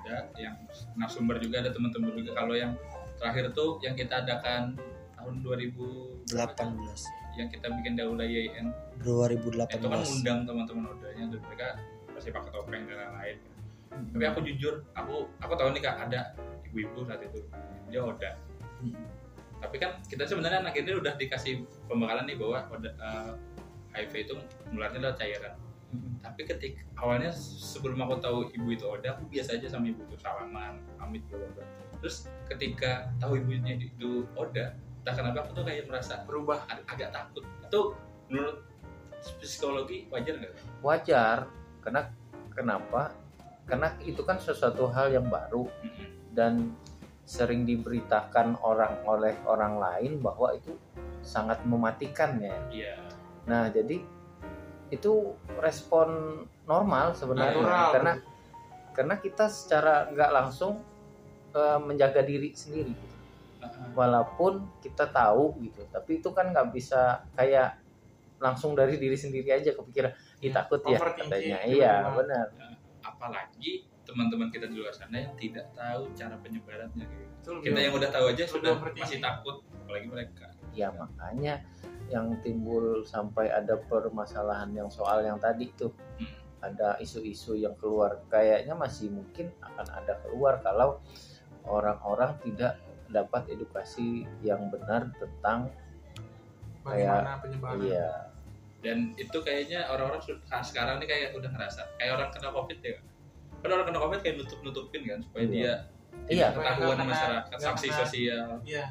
Speaker 1: Ada yang narasumber juga ada teman-teman juga kalau yang terakhir tuh yang kita adakan tahun 2000
Speaker 4: 18
Speaker 1: yang kita bikin Daula YN
Speaker 4: 2018
Speaker 1: itu kan undang teman-teman odanya dan mereka pasti pakai topeng dan lain-lain tapi aku jujur aku aku tahu nih kak ada ibu-ibu saat itu dia oda
Speaker 4: Hmm.
Speaker 1: tapi kan kita sebenarnya anak ini udah dikasih pembekalan nih bahwa oda, eh, HIV itu menularnya adalah cairan tapi ketika awalnya sebelum aku tahu ibu itu oda aku biasa aja sama ibu itu salaman pamit gitu terus ketika tahu ibunya itu oda entah kenapa aku tuh kayak merasa
Speaker 3: berubah.
Speaker 1: ag- agak takut itu menurut psikologi wajar nggak
Speaker 2: Wajar, karena kenapa? Karena itu kan sesuatu hal yang baru dan sering diberitakan orang oleh orang lain bahwa itu sangat mematikan ya.
Speaker 1: iya
Speaker 2: Nah, jadi itu respon normal sebenarnya
Speaker 3: Natural.
Speaker 2: karena karena kita secara nggak langsung eh, menjaga diri sendiri gitu. walaupun kita tahu gitu tapi itu kan nggak bisa kayak langsung dari diri sendiri aja kepikiran ih takut ya
Speaker 3: Iya, Overthinking,
Speaker 2: katanya
Speaker 3: gitu
Speaker 2: iya
Speaker 3: memang.
Speaker 2: benar
Speaker 1: apalagi teman-teman kita di luar sana yang tidak tahu cara penyebarannya kayak gitu.
Speaker 3: Betul,
Speaker 1: kita
Speaker 3: Gil.
Speaker 1: yang udah tahu aja
Speaker 3: Betul,
Speaker 1: sudah
Speaker 3: berarti.
Speaker 1: masih takut apalagi mereka
Speaker 2: ya makanya yang timbul sampai ada permasalahan yang soal yang tadi itu
Speaker 1: Hmm.
Speaker 2: ada isu-isu yang keluar kayaknya masih mungkin akan ada keluar kalau orang-orang tidak dapat edukasi yang benar tentang
Speaker 3: bagaimana penyebaran.
Speaker 2: iya
Speaker 1: dan itu kayaknya orang-orang su- nah, sekarang ini kayak udah ngerasa kayak orang kena covid ya kan orang kena covid kayak nutup nutupin kan supaya
Speaker 2: Iya.
Speaker 1: dia
Speaker 2: iya
Speaker 1: tidak ketahuan
Speaker 3: Nggak kena-
Speaker 1: masyarakat
Speaker 3: nggak
Speaker 1: sanksi
Speaker 3: kena.
Speaker 1: sosial
Speaker 3: Iya.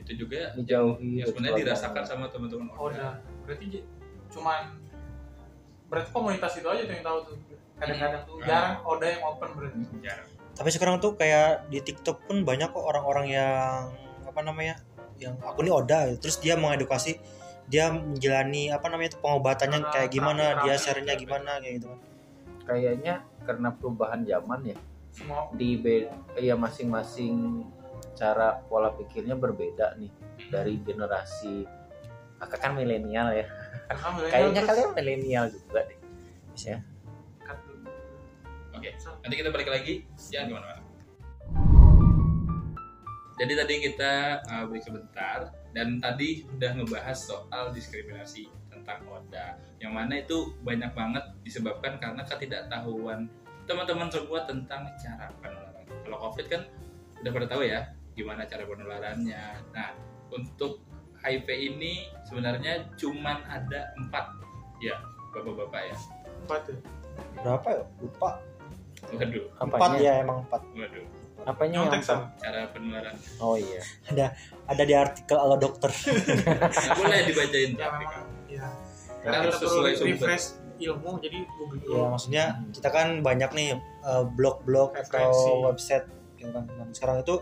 Speaker 1: itu juga
Speaker 2: dijauhi
Speaker 1: yang sebenarnya
Speaker 2: dan
Speaker 1: dirasakan
Speaker 2: sebagainya.
Speaker 1: sama teman-teman orang
Speaker 3: Oda. Berarti j- cuman berarti komunitas itu aja tuh yang tahu tuh. Kadang-kadang tuh
Speaker 1: Hmm.
Speaker 3: jarang Oda yang open
Speaker 2: Hmm.
Speaker 3: berarti.
Speaker 1: jarang
Speaker 4: tapi sekarang tuh kayak di TikTok pun banyak kok orang-orang yang apa namanya yang aku nih Oda gitu. terus dia mengedukasi dia menjalani apa namanya itu pengobatannya
Speaker 1: Ah,
Speaker 3: Cara
Speaker 4: kayak gimana
Speaker 3: terapi-terapi.
Speaker 4: dia share-nya gimana kayak gitu kan
Speaker 2: kayaknya karena perubahan zaman ya
Speaker 3: Semua
Speaker 2: di be- ya masing-masing cara pola pikirnya berbeda nih dari generasi kakak kan milenial ya
Speaker 3: kakak milenial
Speaker 2: kayaknya
Speaker 3: terus-
Speaker 2: kalian milenial juga deh ya
Speaker 3: Cut dulu.
Speaker 1: Oke.
Speaker 3: So,
Speaker 1: Nanti kita balik lagi, Ya, jangan kemana-mana. Jadi tadi kita uh, break sebentar dan tadi udah ngebahas soal diskriminasi tentang Oda, yang mana itu banyak banget disebabkan karena ketidaktahuan teman-teman semua tentang cara penularan. Kalau COVID kan udah pada tahu ya gimana cara penularannya. Nah untuk HIV ini sebenarnya cuman ada empat ya bapak-bapak ya.
Speaker 3: empat tuh.
Speaker 4: berapa ya lupa
Speaker 1: Waduh,
Speaker 4: empat
Speaker 2: apanya
Speaker 4: ya emang empat
Speaker 1: waduh.
Speaker 2: apanya yang
Speaker 3: Nyontek sama.
Speaker 1: Cara penularan
Speaker 2: oh iya
Speaker 4: ada di artikel ala dokter
Speaker 1: Nggak boleh dibacain
Speaker 3: Ya
Speaker 1: tapi
Speaker 3: memang. Ya.
Speaker 1: Karena
Speaker 3: Kita
Speaker 1: harus
Speaker 3: perlu
Speaker 1: sesuai sumber.
Speaker 3: refresh ilmu jadi Google
Speaker 4: ya maksudnya kita kan banyak nih eh, blog-blog
Speaker 3: Referensi.
Speaker 4: atau website gitu kan dan sekarang itu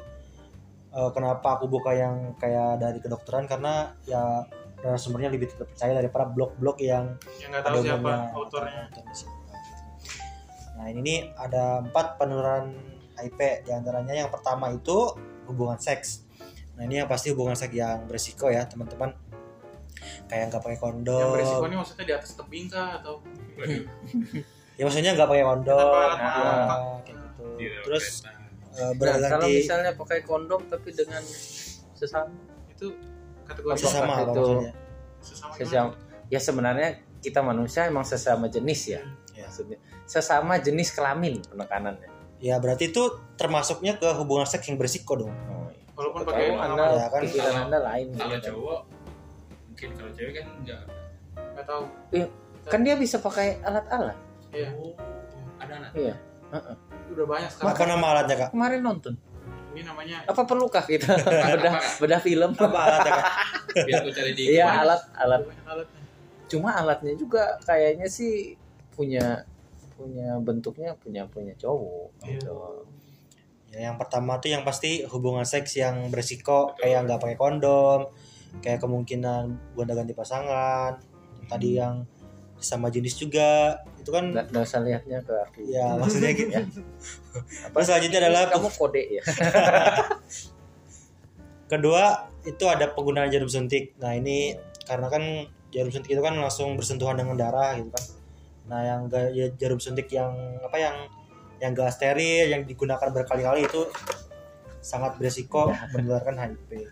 Speaker 4: eh, kenapa aku buka yang kayak dari kedokteran karena ya narasumbernya lebih terpercaya daripada blog-blog yang
Speaker 3: yang nggak
Speaker 4: ada
Speaker 3: tahu siapa
Speaker 4: banyak-
Speaker 3: autornya.
Speaker 4: autornya siapa, gitu. Nah ini nih ada empat penularan HIV diantaranya yang pertama itu hubungan seks. Nah ini yang pasti hubungan seks yang beresiko ya teman-teman. Kayak nggak pakai kondom.
Speaker 3: Yang beresiko ini maksudnya di atas tebing kah atau
Speaker 1: Waduh,
Speaker 4: Ya maksudnya nggak pakai kondom.
Speaker 3: Kenapa?
Speaker 4: ya,
Speaker 2: Kenapa? Iya,
Speaker 4: kayak gitu.
Speaker 1: di dalam
Speaker 4: Terus
Speaker 1: kereta.
Speaker 4: eh,
Speaker 2: Nah, kalau
Speaker 4: berganti
Speaker 2: misalnya pakai kondom tapi dengan sesama
Speaker 3: itu kategori
Speaker 4: sesama
Speaker 2: apakah
Speaker 4: apa
Speaker 2: itu-
Speaker 4: maksudnya?
Speaker 3: sesama gitu.
Speaker 2: sesama ya sebenarnya kita manusia emang sesama jenis ya
Speaker 4: Iya.
Speaker 2: maksudnya sesama jenis kelamin penekanannya
Speaker 4: Ya berarti itu termasuknya ke hubungan seks yang beresiko dong.
Speaker 2: oh, iya.
Speaker 3: walaupun
Speaker 2: Tahu
Speaker 3: pakai
Speaker 2: anda
Speaker 3: pengalaman
Speaker 4: ya kan?
Speaker 2: pikiran
Speaker 1: Kalau-
Speaker 2: anda lain
Speaker 1: Nah, kalau
Speaker 2: gitu.
Speaker 1: cowok mungkin kalau cewek kan nggak
Speaker 3: nggak tahu
Speaker 2: kan dia bisa pakai alat-alat Iya.
Speaker 3: iya
Speaker 1: oh ada anak
Speaker 3: udah banyak
Speaker 4: Apa
Speaker 3: sekarang
Speaker 4: nama alatnya kak?
Speaker 2: kemarin nonton
Speaker 3: ini namanya
Speaker 2: apa perlukah kita bedah bedah film
Speaker 4: Apa alatnya kak?
Speaker 1: biar aku cari di
Speaker 2: Iya alat alat.
Speaker 3: Banyak alatnya.
Speaker 2: Cuma alatnya juga kayaknya sih punya punya bentuknya punya punya cowok.
Speaker 3: Iya.
Speaker 2: Gitu.
Speaker 4: Ya, yang pertama tuh yang pasti hubungan seks yang beresiko
Speaker 1: Betul.
Speaker 4: kayak nggak pakai kondom, kayak kemungkinan gonta ganti pasangan, tadi yang sama jenis juga itu kan
Speaker 2: Nggak nggak usah lihatnya ke aku.
Speaker 4: ya maksudnya gitu.
Speaker 2: Ya.
Speaker 4: Terus selanjutnya adalah
Speaker 2: kamu kode ya.
Speaker 4: kedua itu ada penggunaan jarum suntik. Nah ini karena kan jarum suntik itu kan langsung bersentuhan dengan darah gitu kan. Nah yang ga- ya, jarum suntik yang apa yang yang gak steril yang digunakan berkali-kali itu sangat beresiko menularkan HIV.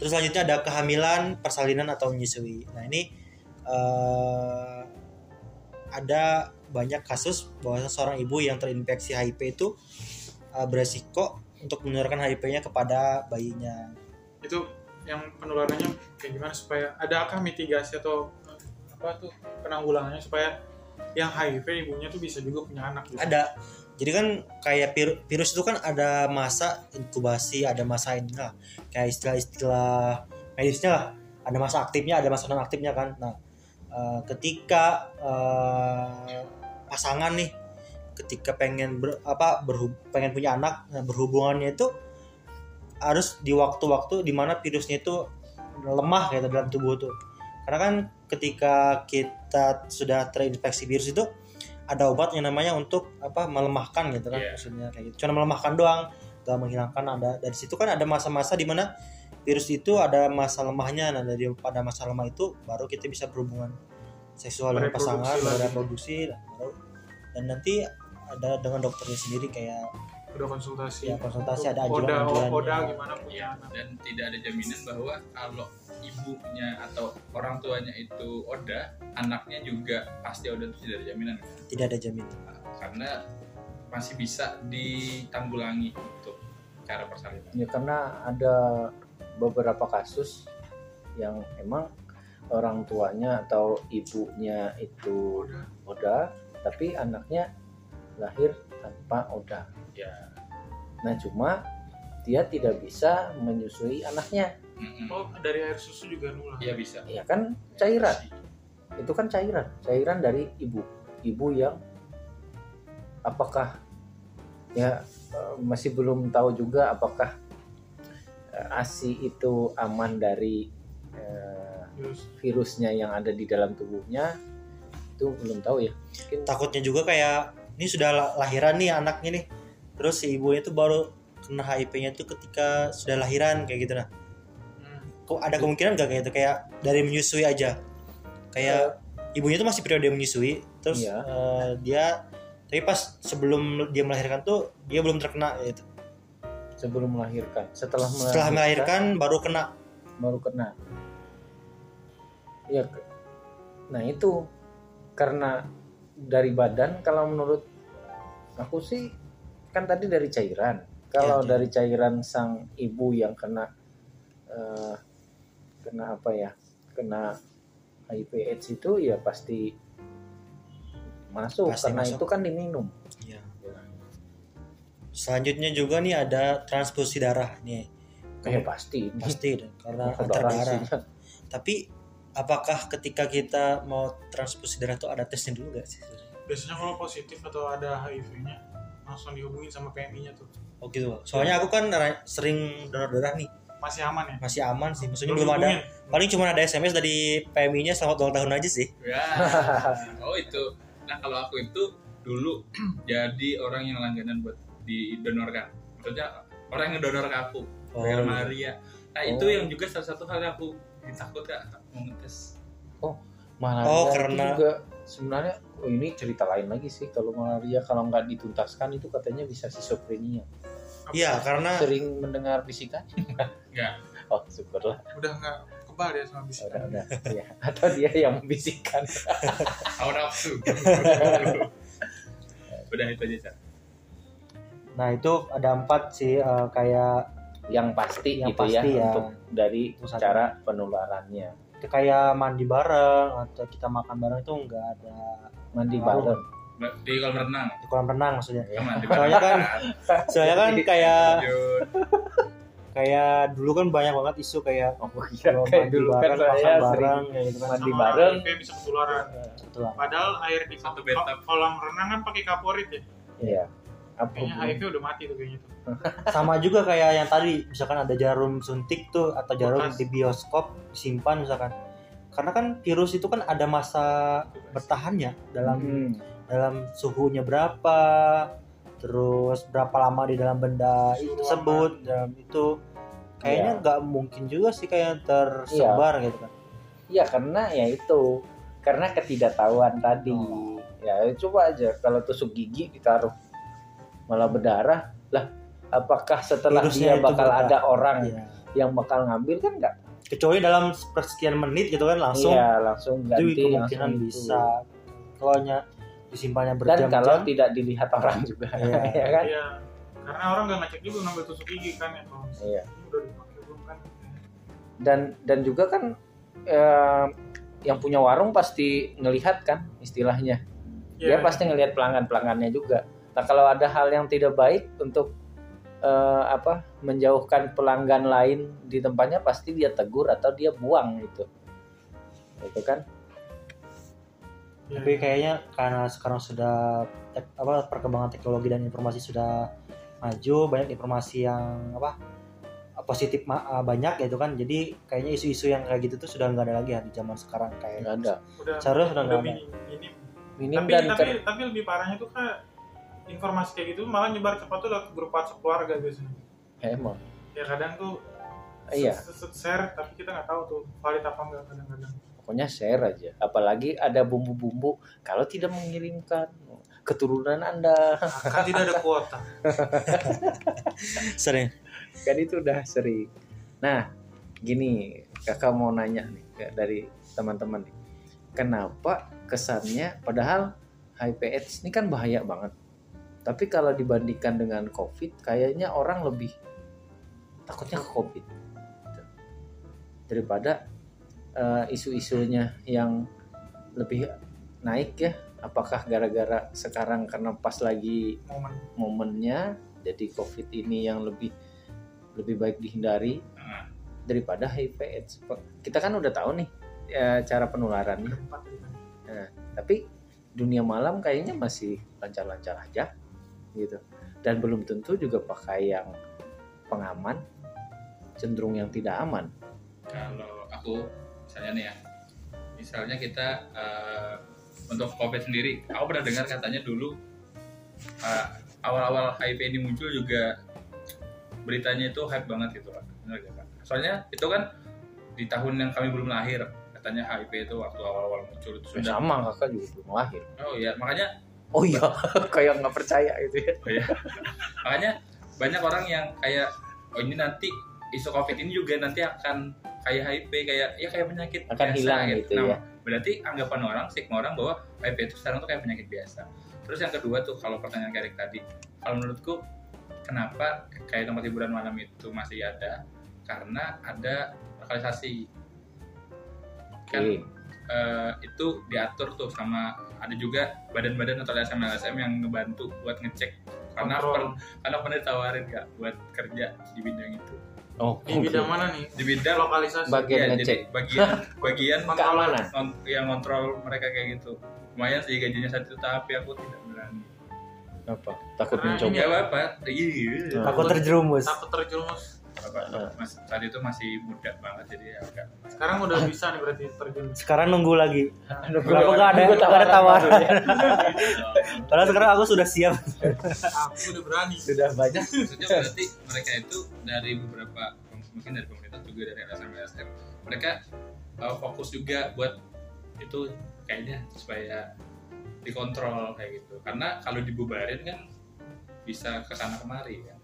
Speaker 4: Terus selanjutnya ada kehamilan, persalinan atau menyusui. Nah ini eh, ada banyak kasus bahwa seorang ibu yang terinfeksi HIV itu eh, beresiko untuk menularkan HIV-nya kepada bayinya.
Speaker 3: Itu yang penularannya kayak gimana supaya adakah mitigasi atau eh, apa tuh penanggulangannya supaya yang HIV ibunya tuh bisa juga punya anak gitu.
Speaker 4: Ada. Jadi kan kayak vir- virus itu kan ada masa inkubasi, ada masa ini lah. Kayak istilah-istilah medisnya lah. Ada masa aktifnya, ada masa non aktifnya kan. Nah, eh, ketika eh, pasangan nih, ketika pengen ber- apa berhub- pengen punya anak, nah, berhubungannya itu harus di waktu-waktu dimana virusnya itu lemah gitu dalam tubuh tuh. Karena kan ketika kita sudah terinfeksi virus itu ada obat yang namanya untuk apa melemahkan gitu kan
Speaker 1: Iya.
Speaker 4: maksudnya kayak gitu. Cuma melemahkan doang, gak menghilangkan ada dari situ kan ada masa-masa dimana virus itu ada masa lemahnya nah dari pada masa lemah itu baru kita bisa berhubungan seksual dengan
Speaker 3: Bereproduksi
Speaker 4: pasangan
Speaker 3: lagi.
Speaker 4: bereproduksi dan baru- dan nanti ada dengan dokternya sendiri kayak
Speaker 3: Udah konsultasi.
Speaker 4: ya konsultasi ada iya.
Speaker 3: Oda,
Speaker 4: anjuran-anjurannya
Speaker 3: Oda gitu. gimana punya anak.
Speaker 1: dan tidak ada jaminan bahwa kalau ibunya atau orang tuanya itu Oda, anaknya juga pasti Oda itu tidak ada jaminan
Speaker 4: tidak ada jaminan
Speaker 1: karena masih bisa ditanggulangi untuk cara persalinan.
Speaker 2: Ya karena ada beberapa kasus yang emang orang tuanya atau ibunya itu
Speaker 3: Oda.
Speaker 2: Oda, tapi anaknya lahir tanpa Oda.
Speaker 1: Ya.
Speaker 2: Nah cuma dia tidak bisa menyusui anaknya.
Speaker 1: Mm-mm.
Speaker 3: Oh, dari air susu juga nular.
Speaker 1: Iya bisa.
Speaker 2: Ya kan cairan, itu kan cairan, cairan dari ibu, ibu yang apakah ya eh, masih belum tahu juga apakah eh, ASI itu aman dari eh,
Speaker 3: Terus
Speaker 2: virusnya yang ada di dalam tubuhnya itu belum tahu ya. Mungkin
Speaker 4: takutnya juga kayak ini sudah la- lahiran nih anaknya nih terus si ibunya tuh baru kena HIV-nya tuh ketika sudah lahiran kayak gitu nah
Speaker 3: hmm,
Speaker 4: kok ada kemungkinan gak kayak itu kayak dari menyusui aja kayak ibunya tuh masih periode menyusui terus
Speaker 2: Iya.
Speaker 4: eh, dia tapi pas sebelum dia melahirkan tuh dia belum terkena ya itu.
Speaker 2: sebelum melahirkan, setelah melahirkan,
Speaker 4: setelah melahirkan baru kena
Speaker 2: baru kena. Ya, ke- nah itu karena dari badan kalau menurut aku sih kan tadi dari cairan. Kalau
Speaker 4: Iya, iya.
Speaker 2: dari cairan sang ibu yang kena eh, kena apa ya? Kena HIV AIDS itu ya pasti masuk
Speaker 4: Pasti
Speaker 2: karena
Speaker 4: masuk.
Speaker 2: itu kan diminum.
Speaker 4: Iya.
Speaker 2: Ya.
Speaker 4: selanjutnya juga nih ada transfusi darah nih
Speaker 2: Ya pasti.
Speaker 4: Iya. pasti dong, karena
Speaker 2: Kalau
Speaker 4: antar
Speaker 2: darah
Speaker 4: darah
Speaker 2: isinya.
Speaker 4: tapi apakah ketika kita mau transfusi darah tuh ada tesnya dulu gak sih
Speaker 3: biasanya kalau positif atau ada HIV-nya langsung dihubungin sama PMI-nya tuh.
Speaker 4: oh gitu soalnya aku kan ra- sering donor darah nih
Speaker 3: Masih aman ya?
Speaker 4: masih aman sih maksudnya
Speaker 3: Belum
Speaker 4: belum ada
Speaker 3: dihubungin.
Speaker 4: paling cuma ada SMS dari PMI-nya selamat ulang tahun aja sih
Speaker 1: Ya. oh itu. Nah kalau aku itu dulu jadi orang yang langganan buat didonorkan. Maksudnya orang yang donor ke aku,
Speaker 4: Oh,
Speaker 1: Vera Maria. Nah itu
Speaker 2: Oh.
Speaker 1: yang juga salah satu hal yang aku takutkan mau ngetes.
Speaker 2: malaria
Speaker 4: Oh,
Speaker 2: itu
Speaker 4: karena-
Speaker 2: juga sebenarnya oh, ini cerita lain lagi sih kalau malaria kalau nggak dituntaskan itu katanya bisa schizophrenia
Speaker 4: Iya, karena
Speaker 2: sering mendengar bisikan
Speaker 1: Nggak.
Speaker 2: oh syukurlah
Speaker 3: Udah nggak kebal ya
Speaker 2: udah
Speaker 3: sama bisikan.
Speaker 2: udah ya. atau dia yang membisikkan
Speaker 1: Hawa nafsu. Udah itu aja. Cak.
Speaker 4: nah itu ada empat sih eh, kayak
Speaker 2: yang pasti
Speaker 4: Yang
Speaker 2: gitu
Speaker 4: pasti
Speaker 2: ya,
Speaker 4: ya.
Speaker 2: untuk dari
Speaker 4: Itu satu.
Speaker 2: cara penularannya
Speaker 4: kayak mandi bareng atau kita makan bareng itu nggak ada
Speaker 2: mandi
Speaker 4: Oh.
Speaker 2: bareng
Speaker 1: Di kolam renang.
Speaker 2: Iya.
Speaker 4: di kolam renang maksudnya
Speaker 1: Aman, di
Speaker 4: Ya.
Speaker 1: kolam
Speaker 4: Soalnya kan-
Speaker 1: renang.
Speaker 4: soalnya kan kayak
Speaker 1: Lanjut.
Speaker 4: kayak dulu kan banyak banget isu kayak
Speaker 2: Oh, iya,
Speaker 4: kalau
Speaker 2: kayak
Speaker 4: mandi
Speaker 2: dulu kan
Speaker 4: bareng,
Speaker 2: saya
Speaker 4: makan
Speaker 2: sering
Speaker 4: bareng, kayak gitu kan. Gitu
Speaker 2: mandi
Speaker 3: Sama
Speaker 2: bareng.
Speaker 3: HIV bisa ketularan.
Speaker 4: Betul.
Speaker 3: Padahal air di
Speaker 1: Satu
Speaker 3: satu
Speaker 1: bathtub.
Speaker 3: kolam renang kan pakai kaporit ya.
Speaker 2: Iya. Apa
Speaker 3: Kayaknya
Speaker 2: hubungan-
Speaker 3: HIV udah mati tuh kayaknya tuh.
Speaker 4: sama juga kayak yang tadi misalkan ada jarum suntik tuh atau jarum
Speaker 3: Bekas.
Speaker 4: di bioskop disimpan misalkan karena kan virus itu kan ada masa bertahannya dalam
Speaker 2: Hmm.
Speaker 4: dalam suhunya berapa terus berapa lama di dalam benda
Speaker 3: Suhu
Speaker 4: itu tersebut
Speaker 3: aman.
Speaker 4: dalam itu kayaknya
Speaker 2: Iya.
Speaker 4: nggak mungkin juga sih kayak tersebar gitu kan
Speaker 2: Ya karena ya itu karena ketidaktahuan tadi.
Speaker 4: Hmm.
Speaker 2: Ya coba aja kalau tusuk gigi ditaruh malah berdarah lah. Apakah setelah dia
Speaker 4: Virusnya itu
Speaker 2: bakal
Speaker 4: berdarah.
Speaker 2: ada orang
Speaker 4: Iya.
Speaker 2: yang bakal ngambil kan nggak?
Speaker 4: kecuali dalam sekian menit gitu kan langsung
Speaker 2: Iya langsung ganti
Speaker 4: itu kemungkinan
Speaker 2: langsung itu.
Speaker 4: bisa kalau nya
Speaker 2: Dan
Speaker 4: disimpannya
Speaker 2: kalau
Speaker 4: berjam-jam
Speaker 2: tidak dilihat orang juga,
Speaker 4: Iya.
Speaker 2: ya kan?
Speaker 3: Iya. Karena orang nggak ngecek juga ngambil tusuk gigi kan ya kalau misalnya
Speaker 2: Iya.
Speaker 3: ini udah dipakai belum kan.
Speaker 2: Dan dan juga kan eh, yang punya warung pasti ngelihat kan istilahnya. dia
Speaker 3: Iya,
Speaker 2: pasti ngelihat pelanggan pelanggannya juga. Nah kalau ada hal yang tidak baik untuk eh, apa menjauhkan pelanggan lain di tempatnya pasti dia tegur atau dia buang gitu, itu kan?
Speaker 3: Iya.
Speaker 4: tapi kayaknya karena sekarang sudah tek- apa perkembangan teknologi dan informasi sudah maju banyak informasi yang apa positif ma- ah, banyak gitu kan jadi kayaknya isu-isu yang kayak gitu tuh sudah nggak ada lagi ya di zaman sekarang kayak
Speaker 2: Nggak ada.
Speaker 3: udah
Speaker 4: seharusnya sudah nggak
Speaker 3: udah
Speaker 4: ada
Speaker 3: minim, minim.
Speaker 2: Minim
Speaker 3: Tapi
Speaker 2: dan
Speaker 3: tapi
Speaker 2: ter-
Speaker 3: tapi lebih parahnya tuh kan informasi kayak gitu malah nyebar cepat tuh lewat grup WhatsApp keluarga biasanya.
Speaker 2: Eh, emang.
Speaker 3: Ya kadang tuh
Speaker 2: Iya,
Speaker 3: se- se- share tapi kita nggak tahu tuh valid apa nggak kadang-kadang.
Speaker 2: pokoknya share aja. Apalagi ada bumbu-bumbu kalau tidak mengirimkan keturunan Anda.
Speaker 3: Kan tidak ada kuota.
Speaker 4: sering
Speaker 2: kan itu udah sering. Nah, gini, kakak mau nanya nih ke- dari teman-teman nih. Kenapa kesannya padahal HIV AIDS ini kan bahaya banget. Tapi kalau dibandingkan dengan COVID, kayaknya orang lebih takutnya ke COVID gitu. daripada eh, isu-isunya yang lebih naik ya. Apakah gara-gara sekarang karena pas lagi
Speaker 3: Momen
Speaker 2: momennya jadi covid ini yang lebih lebih baik dihindari
Speaker 1: Ah.
Speaker 2: daripada HIV AIDS kita kan udah tahu nih ya, cara penularannya
Speaker 3: keempat gitu.
Speaker 2: tapi dunia malam kayaknya masih lancar-lancar aja gitu dan belum tentu juga pakai yang pengaman cenderung yang tidak aman
Speaker 1: kalau aku misalnya nih ya misalnya kita eh, untuk covid sendiri aku pernah dengar katanya dulu eh, awal-awal HIV ini muncul juga beritanya itu hype banget gitu pak Benar nggak, Pak? soalnya itu kan di tahun yang kami belum lahir katanya HIV itu waktu awal-awal muncul itu
Speaker 2: Ya,
Speaker 1: sudah
Speaker 2: sama kakak juga belum lahir
Speaker 1: oh iya makanya
Speaker 2: oh iya kayak nggak percaya gitu ya
Speaker 1: makanya banyak orang yang kayak oh ini nanti isu covid ini juga nanti akan kayak HIV kayak ya kayak penyakit
Speaker 2: Akan hilang gitu
Speaker 1: Nah,
Speaker 2: ya.
Speaker 1: berarti anggapan orang stigma orang bahwa HIV itu sekarang tuh kayak penyakit biasa terus yang kedua tuh kalau pertanyaan Karik tadi kalau menurutku kenapa kayak tempat hiburan malam itu masih ada karena ada lokalisasi kan
Speaker 2: Oke.
Speaker 1: eh, itu diatur tuh sama ada juga badan-badan atau LSM LSM yang ngebantu buat ngecek karena
Speaker 3: Kontrol.
Speaker 1: per, karena pernah ditawarin nggak buat kerja di bidang itu
Speaker 2: oh
Speaker 3: Di bidang mana nih?
Speaker 1: di bidang
Speaker 3: Lokalisasi.
Speaker 2: Bagian
Speaker 1: ya,
Speaker 2: ngecek.
Speaker 1: jadi bagian bagian
Speaker 2: keamanan
Speaker 1: non- yang kontrol mereka kayak gitu lumayan sih gajinya satu tapi aku tidak berani
Speaker 2: apa takut
Speaker 3: Karena
Speaker 2: mencoba
Speaker 1: nggak apa-apa iya
Speaker 2: Nah.
Speaker 4: takut terjerumus
Speaker 3: Takut terjerumus.
Speaker 1: Apa-apa. Mas- saat itu masih muda banget jadi ya agak
Speaker 3: Sekarang udah bisa nih berarti terjerumus.
Speaker 4: sekarang nunggu lagi
Speaker 2: Aduh,
Speaker 4: Kenapa nggak ada-
Speaker 2: nunggu
Speaker 4: nggak ada tawaran?
Speaker 2: baru ya?
Speaker 4: padahal sekarang aku sudah siap
Speaker 3: Aku udah berani.
Speaker 2: sudah banyak
Speaker 1: maksudnya berarti mereka itu dari beberapa mungkin dari pemerintah juga dari LSM LSM mereka uh, fokus juga buat itu kayaknya supaya dikontrol kayak gitu karena kalau dibubarin kan bisa ke sana kemari kan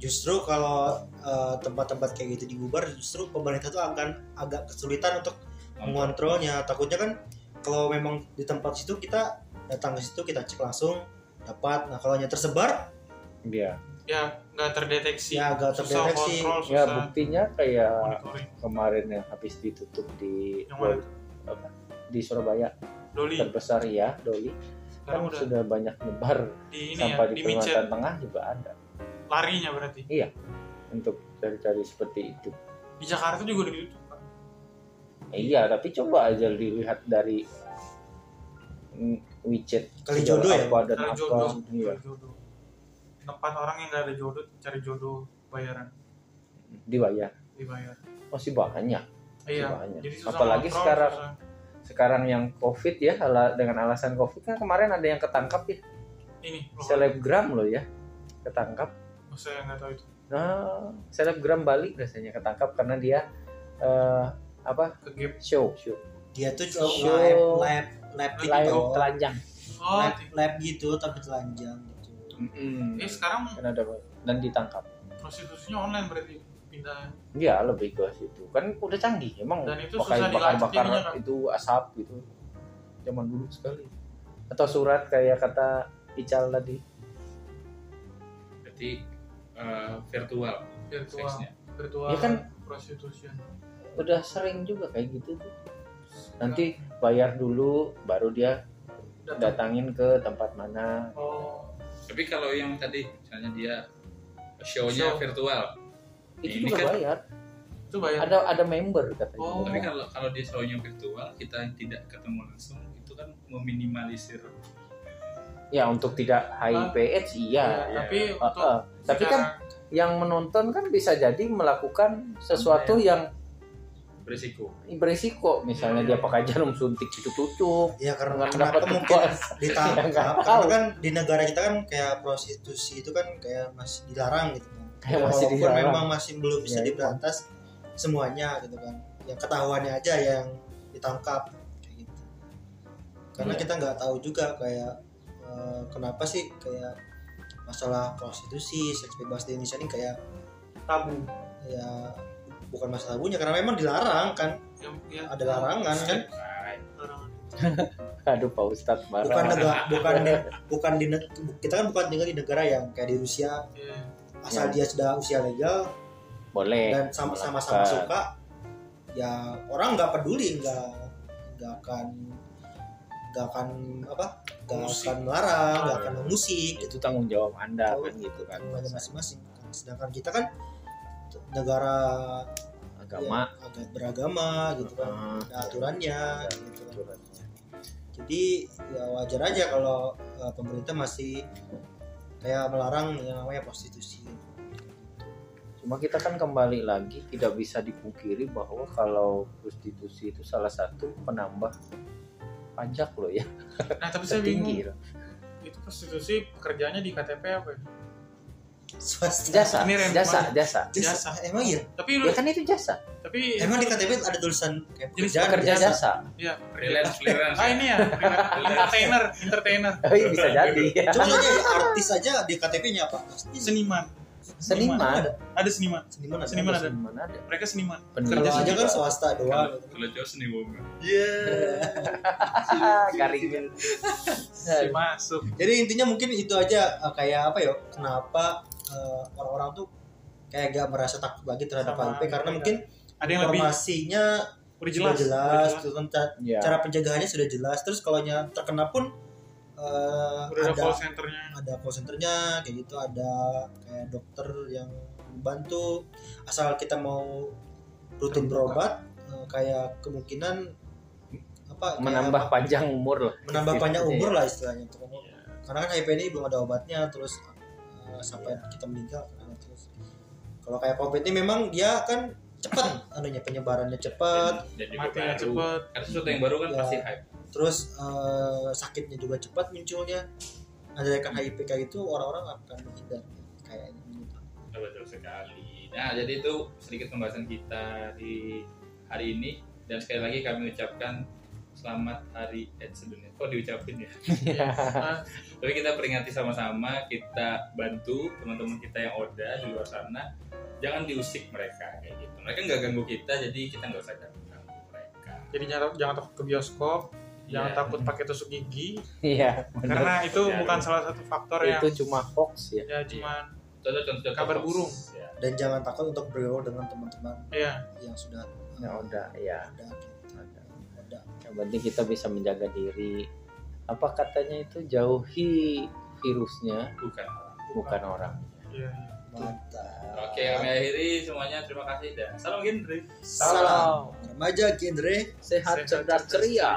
Speaker 4: justru kalau eh, tempat-tempat kayak gitu dibubar justru pemerintah tuh akan agak kesulitan untuk mengontrolnya takutnya kan kalau memang di tempat situ kita datang ke situ kita cek langsung dapat nah kalau hanya tersebar
Speaker 2: ya
Speaker 3: Ya nggak terdeteksi.
Speaker 4: ya agak
Speaker 3: Susah
Speaker 4: terdeteksi
Speaker 3: kontrol,
Speaker 2: ya
Speaker 3: susah
Speaker 2: buktinya kayak
Speaker 3: monitoring.
Speaker 2: kemarin yang habis ditutup di
Speaker 3: Yang mana?
Speaker 2: apa, di Surabaya
Speaker 3: Doli
Speaker 2: terbesar ya Doli kan
Speaker 3: sekarang udah
Speaker 2: sudah banyak nyebar
Speaker 3: di ini ya,
Speaker 2: sampai
Speaker 3: di
Speaker 2: di
Speaker 3: micet
Speaker 2: Kalimantan Tengah juga ada
Speaker 3: larinya berarti.
Speaker 2: Iya. untuk cari-cari seperti itu.
Speaker 3: di Jakarta juga udah gitu tuh, Pak.
Speaker 2: Ya, iya, tapi coba aja dilihat dari mm, widget
Speaker 4: Kali
Speaker 2: sejauh
Speaker 4: jodoh ya?
Speaker 2: apa dan
Speaker 3: cari
Speaker 2: apa.
Speaker 3: jodoh
Speaker 2: Iya.
Speaker 3: cari jodoh tempat orang yang nggak ada jodoh cari jodoh bayaran
Speaker 2: Dibayar
Speaker 3: dibayar
Speaker 2: masih banyak.
Speaker 3: iya
Speaker 2: banyak.
Speaker 3: jadi susah
Speaker 2: Apalagi
Speaker 3: ngontrol,
Speaker 2: sekarang.
Speaker 3: susah.
Speaker 2: Sekarang yang covid ya ala- dengan alasan covid kan kemarin ada yang ketangkap ya
Speaker 3: ini loh oh,
Speaker 2: selebgram loh ya ketangkap.
Speaker 3: saya nggak tahu itu
Speaker 2: Nah selebgram Bali rasanya ketangkap karena dia eh, apa
Speaker 3: ke game
Speaker 2: show show
Speaker 4: dia tuh
Speaker 2: Show.
Speaker 4: lab lab lab gitu
Speaker 2: live
Speaker 4: loh.
Speaker 2: telanjang.
Speaker 3: oh
Speaker 2: Nah.
Speaker 4: lab,
Speaker 3: ti-
Speaker 4: lab gitu tapi telanjang gitu
Speaker 2: Mm-mm.
Speaker 3: eh sekarang
Speaker 2: Kan ada dan ditangkap.
Speaker 3: prostitusinya online berarti pindah ya?
Speaker 2: Iya lebih ke situ kan udah canggih emang
Speaker 3: Dan itu
Speaker 2: pakai
Speaker 3: susah dilacak
Speaker 2: bakar-bakar
Speaker 3: jadinya, kan?
Speaker 2: itu asap gitu zaman dulu sekali atau surat kayak kata Ical tadi
Speaker 1: berarti eh, virtual
Speaker 3: virtual
Speaker 1: seksnya
Speaker 3: virtual
Speaker 2: Ya kan?
Speaker 3: prostitution
Speaker 2: udah sering juga kayak gitu tuh nanti bayar dulu baru dia
Speaker 3: Ya. Datang.
Speaker 2: datangin ke tempat mana
Speaker 3: oh
Speaker 1: tapi kalau yang tadi misalnya dia show-nya
Speaker 3: Show.
Speaker 1: virtual
Speaker 2: itu
Speaker 1: Ini
Speaker 2: juga
Speaker 1: kan-
Speaker 2: bayar
Speaker 3: itu bayar
Speaker 2: ada ada member katanya
Speaker 3: ya. Oh.
Speaker 1: tapi kalau kalau dia show-nya virtual kita tidak ketemu langsung itu kan meminimalisir
Speaker 2: ya untuk tidak
Speaker 3: Ah.
Speaker 2: HIV AIDS iya
Speaker 3: Iya,
Speaker 1: iya.
Speaker 3: tapi
Speaker 2: Ah,
Speaker 3: untuk
Speaker 2: ah. tapi kan
Speaker 3: secara-
Speaker 2: yang menonton kan bisa jadi melakukan sesuatu
Speaker 3: ya?
Speaker 2: yang
Speaker 1: berisiko
Speaker 2: berisiko misalnya dia
Speaker 3: Iya, iya.
Speaker 2: pakai jarum suntik cucuk-cucuk
Speaker 4: ya karena
Speaker 2: nggak
Speaker 4: kenapa
Speaker 2: dapat
Speaker 4: mungkin
Speaker 2: kuas
Speaker 4: ditangkap
Speaker 2: Nggak
Speaker 4: karena
Speaker 2: tahu.
Speaker 4: kan di negara kita kan kayak prostitusi itu kan kayak masih dilarang gitu kan
Speaker 2: Kayak masih
Speaker 4: Walaupun
Speaker 2: dilarang.
Speaker 4: memang masih belum
Speaker 2: Ya,
Speaker 4: bisa
Speaker 2: iya.
Speaker 4: diberantas semuanya gitu kan yang ketahuannya aja yang ditangkap kayak gitu karena
Speaker 2: Iya.
Speaker 4: kita nggak tahu juga kayak eh, kenapa sih kayak masalah prostitusi seks bebas di Indonesia ini kayak
Speaker 3: tabu
Speaker 4: ya bukan masalah tabunya karena memang dilarang kan
Speaker 3: Ya, ya.
Speaker 4: ada larangan kan
Speaker 1: Right.
Speaker 3: Larangan.
Speaker 2: aduh Pak Ustadz marah
Speaker 4: bukan negara bukan di- bukan di ne- kita kan bukan tinggal di negara yang kayak di Rusia
Speaker 3: Iya.
Speaker 4: asal dia sudah usia legal
Speaker 2: boleh
Speaker 4: dan sama sama sama
Speaker 2: melakukan.
Speaker 4: suka ya orang nggak peduli nggak nggak akan nggak akan apa nggak
Speaker 3: Mengusik.
Speaker 4: akan melarang nggak
Speaker 2: Iya.
Speaker 4: akan mengusik
Speaker 2: itu tanggung jawab anda kan gitu kan
Speaker 4: Kepada masing-masing sedangkan kita kan negara
Speaker 2: agama
Speaker 4: ya, agak beragama gitu
Speaker 3: Iya.
Speaker 4: kan
Speaker 2: eh,
Speaker 4: ada aturannya gitu kan.
Speaker 2: aturannya.
Speaker 4: jadi ya wajar aja kalau eh, pemerintah masih kayak melarang yang namanya prostitusi
Speaker 2: cuma kita kan kembali lagi tidak bisa dipungkiri bahwa kalau prostitusi itu salah satu penambah pajak loh ya
Speaker 3: nah tapi saya bingung
Speaker 2: tertinggi loh.
Speaker 3: itu prostitusi pekerjaannya di KTP apa ya?
Speaker 4: swasta
Speaker 2: jasa
Speaker 3: Ini rem-
Speaker 2: jasa jasa
Speaker 3: Jasa.
Speaker 4: emang iya
Speaker 3: tapi lu
Speaker 2: ya kan itu jasa
Speaker 3: tapi
Speaker 4: emang di KTP ada tulisan kayak
Speaker 3: Jenis
Speaker 4: pekerjaan gitu
Speaker 2: kerja
Speaker 4: biasa?
Speaker 2: jasa
Speaker 3: ya
Speaker 1: freelance freelance
Speaker 3: ah ini ya entertainer entertainer
Speaker 2: Eh, bisa jadi
Speaker 4: Cuma aja di artis aja di KTP-nya apa?
Speaker 3: seniman
Speaker 2: seniman
Speaker 3: ada seniman
Speaker 4: Seniman ada.
Speaker 3: Seniman. ada.
Speaker 2: seniman ada
Speaker 3: mereka seniman
Speaker 2: Peneliti
Speaker 4: Kalau aja
Speaker 2: juga.
Speaker 4: kan swasta doang.
Speaker 1: kalau kalau cowok seni woman
Speaker 3: Iya.
Speaker 2: Garingnya.
Speaker 4: Iya.
Speaker 2: Iya.
Speaker 3: si masuk
Speaker 4: Jadi intinya mungkin itu aja eh, kayak apa ya? Kenapa eh, orang-orang tuh kayak gak merasa takut lagi terhadap
Speaker 3: Sama
Speaker 4: HIP karena
Speaker 3: mereka.
Speaker 4: mungkin
Speaker 3: ada yang lebih
Speaker 4: informasinya
Speaker 3: udah
Speaker 4: sudah
Speaker 3: jelas
Speaker 4: jelas,
Speaker 3: udah jelas.
Speaker 4: terus kan ca-
Speaker 2: Ya.
Speaker 4: cara penjagaannya sudah jelas. Terus kalau nya terkena pun eh,
Speaker 3: udah
Speaker 4: ada
Speaker 3: ada call centernya
Speaker 4: ada call centernya kayak gitu ada kayak dokter yang membantu asal kita mau rutin berobat eh, kayak kemungkinan apa kayak
Speaker 2: menambah
Speaker 4: apa,
Speaker 2: panjang umur lah
Speaker 4: menambah
Speaker 2: Gitu
Speaker 4: panjang
Speaker 2: aja
Speaker 4: umur
Speaker 2: ya. Iya.
Speaker 4: lah istilahnya untuk umur. karena kan HIV ini belum ada obatnya terus eh, sampai
Speaker 2: Iya.
Speaker 4: kita meninggal kan, terus kalau kayak COVID ini memang dia kan cepat anunya penyebarannya cepat
Speaker 1: dan, dan juga
Speaker 3: matinya
Speaker 1: baru
Speaker 3: cepet
Speaker 1: karena sesuatu yang baru kan
Speaker 4: Ya.
Speaker 1: pasti hype
Speaker 4: terus eh, sakitnya juga cepat munculnya ada yang
Speaker 2: Hmm.
Speaker 4: HIV kayak gitu orang-orang akan menghindar kayaknya menurut aku.
Speaker 1: Oh, betul sekali. Nah, jadi itu sedikit pembahasan kita di hari ini dan sekali lagi kami ucapkan selamat hari AIDS sedunia. Kok diucapin ya?
Speaker 3: Ah,
Speaker 1: Tapi kita peringati sama-sama, kita bantu teman-teman kita yang oda di luar sana. Jangan diusik mereka kayak gitu. Mereka nggak ganggu kita, jadi kita nggak usah ganggu mereka.
Speaker 3: jadi nyara- jangan takut ke bioskop jangan
Speaker 1: Ya.
Speaker 3: takut pakai tusuk gigi
Speaker 2: iya benar.
Speaker 3: karena itu
Speaker 1: Ya.
Speaker 3: bukan salah satu faktor yang
Speaker 2: itu cuma hoax ya
Speaker 3: ya cuman
Speaker 1: Contoh-contoh
Speaker 3: Kabar
Speaker 1: hoax,
Speaker 3: burung.
Speaker 1: ya.
Speaker 4: dan jangan takut untuk bergaul dengan teman-teman
Speaker 3: ya
Speaker 4: yang sudah uh,
Speaker 2: ya udah ya
Speaker 4: ada gitu.
Speaker 2: Ada.
Speaker 4: Ada.
Speaker 2: yang penting kita bisa menjaga diri apa katanya itu jauhi virusnya
Speaker 1: Bukan.
Speaker 2: bukan orang
Speaker 3: ya, ya.
Speaker 4: mantap
Speaker 1: Oke, Oke, kami akhiri semuanya. Terima kasih dan salam Gendri.
Speaker 4: Salam remaja genre,
Speaker 2: Sehat, cerdas,
Speaker 3: iya.
Speaker 2: ceria.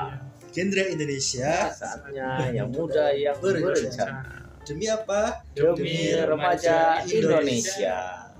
Speaker 4: genre Indonesia.
Speaker 2: Saatnya yang muda yang
Speaker 4: Berencana.
Speaker 2: berencana.
Speaker 4: Demi apa?
Speaker 2: Demi remaja Indonesia.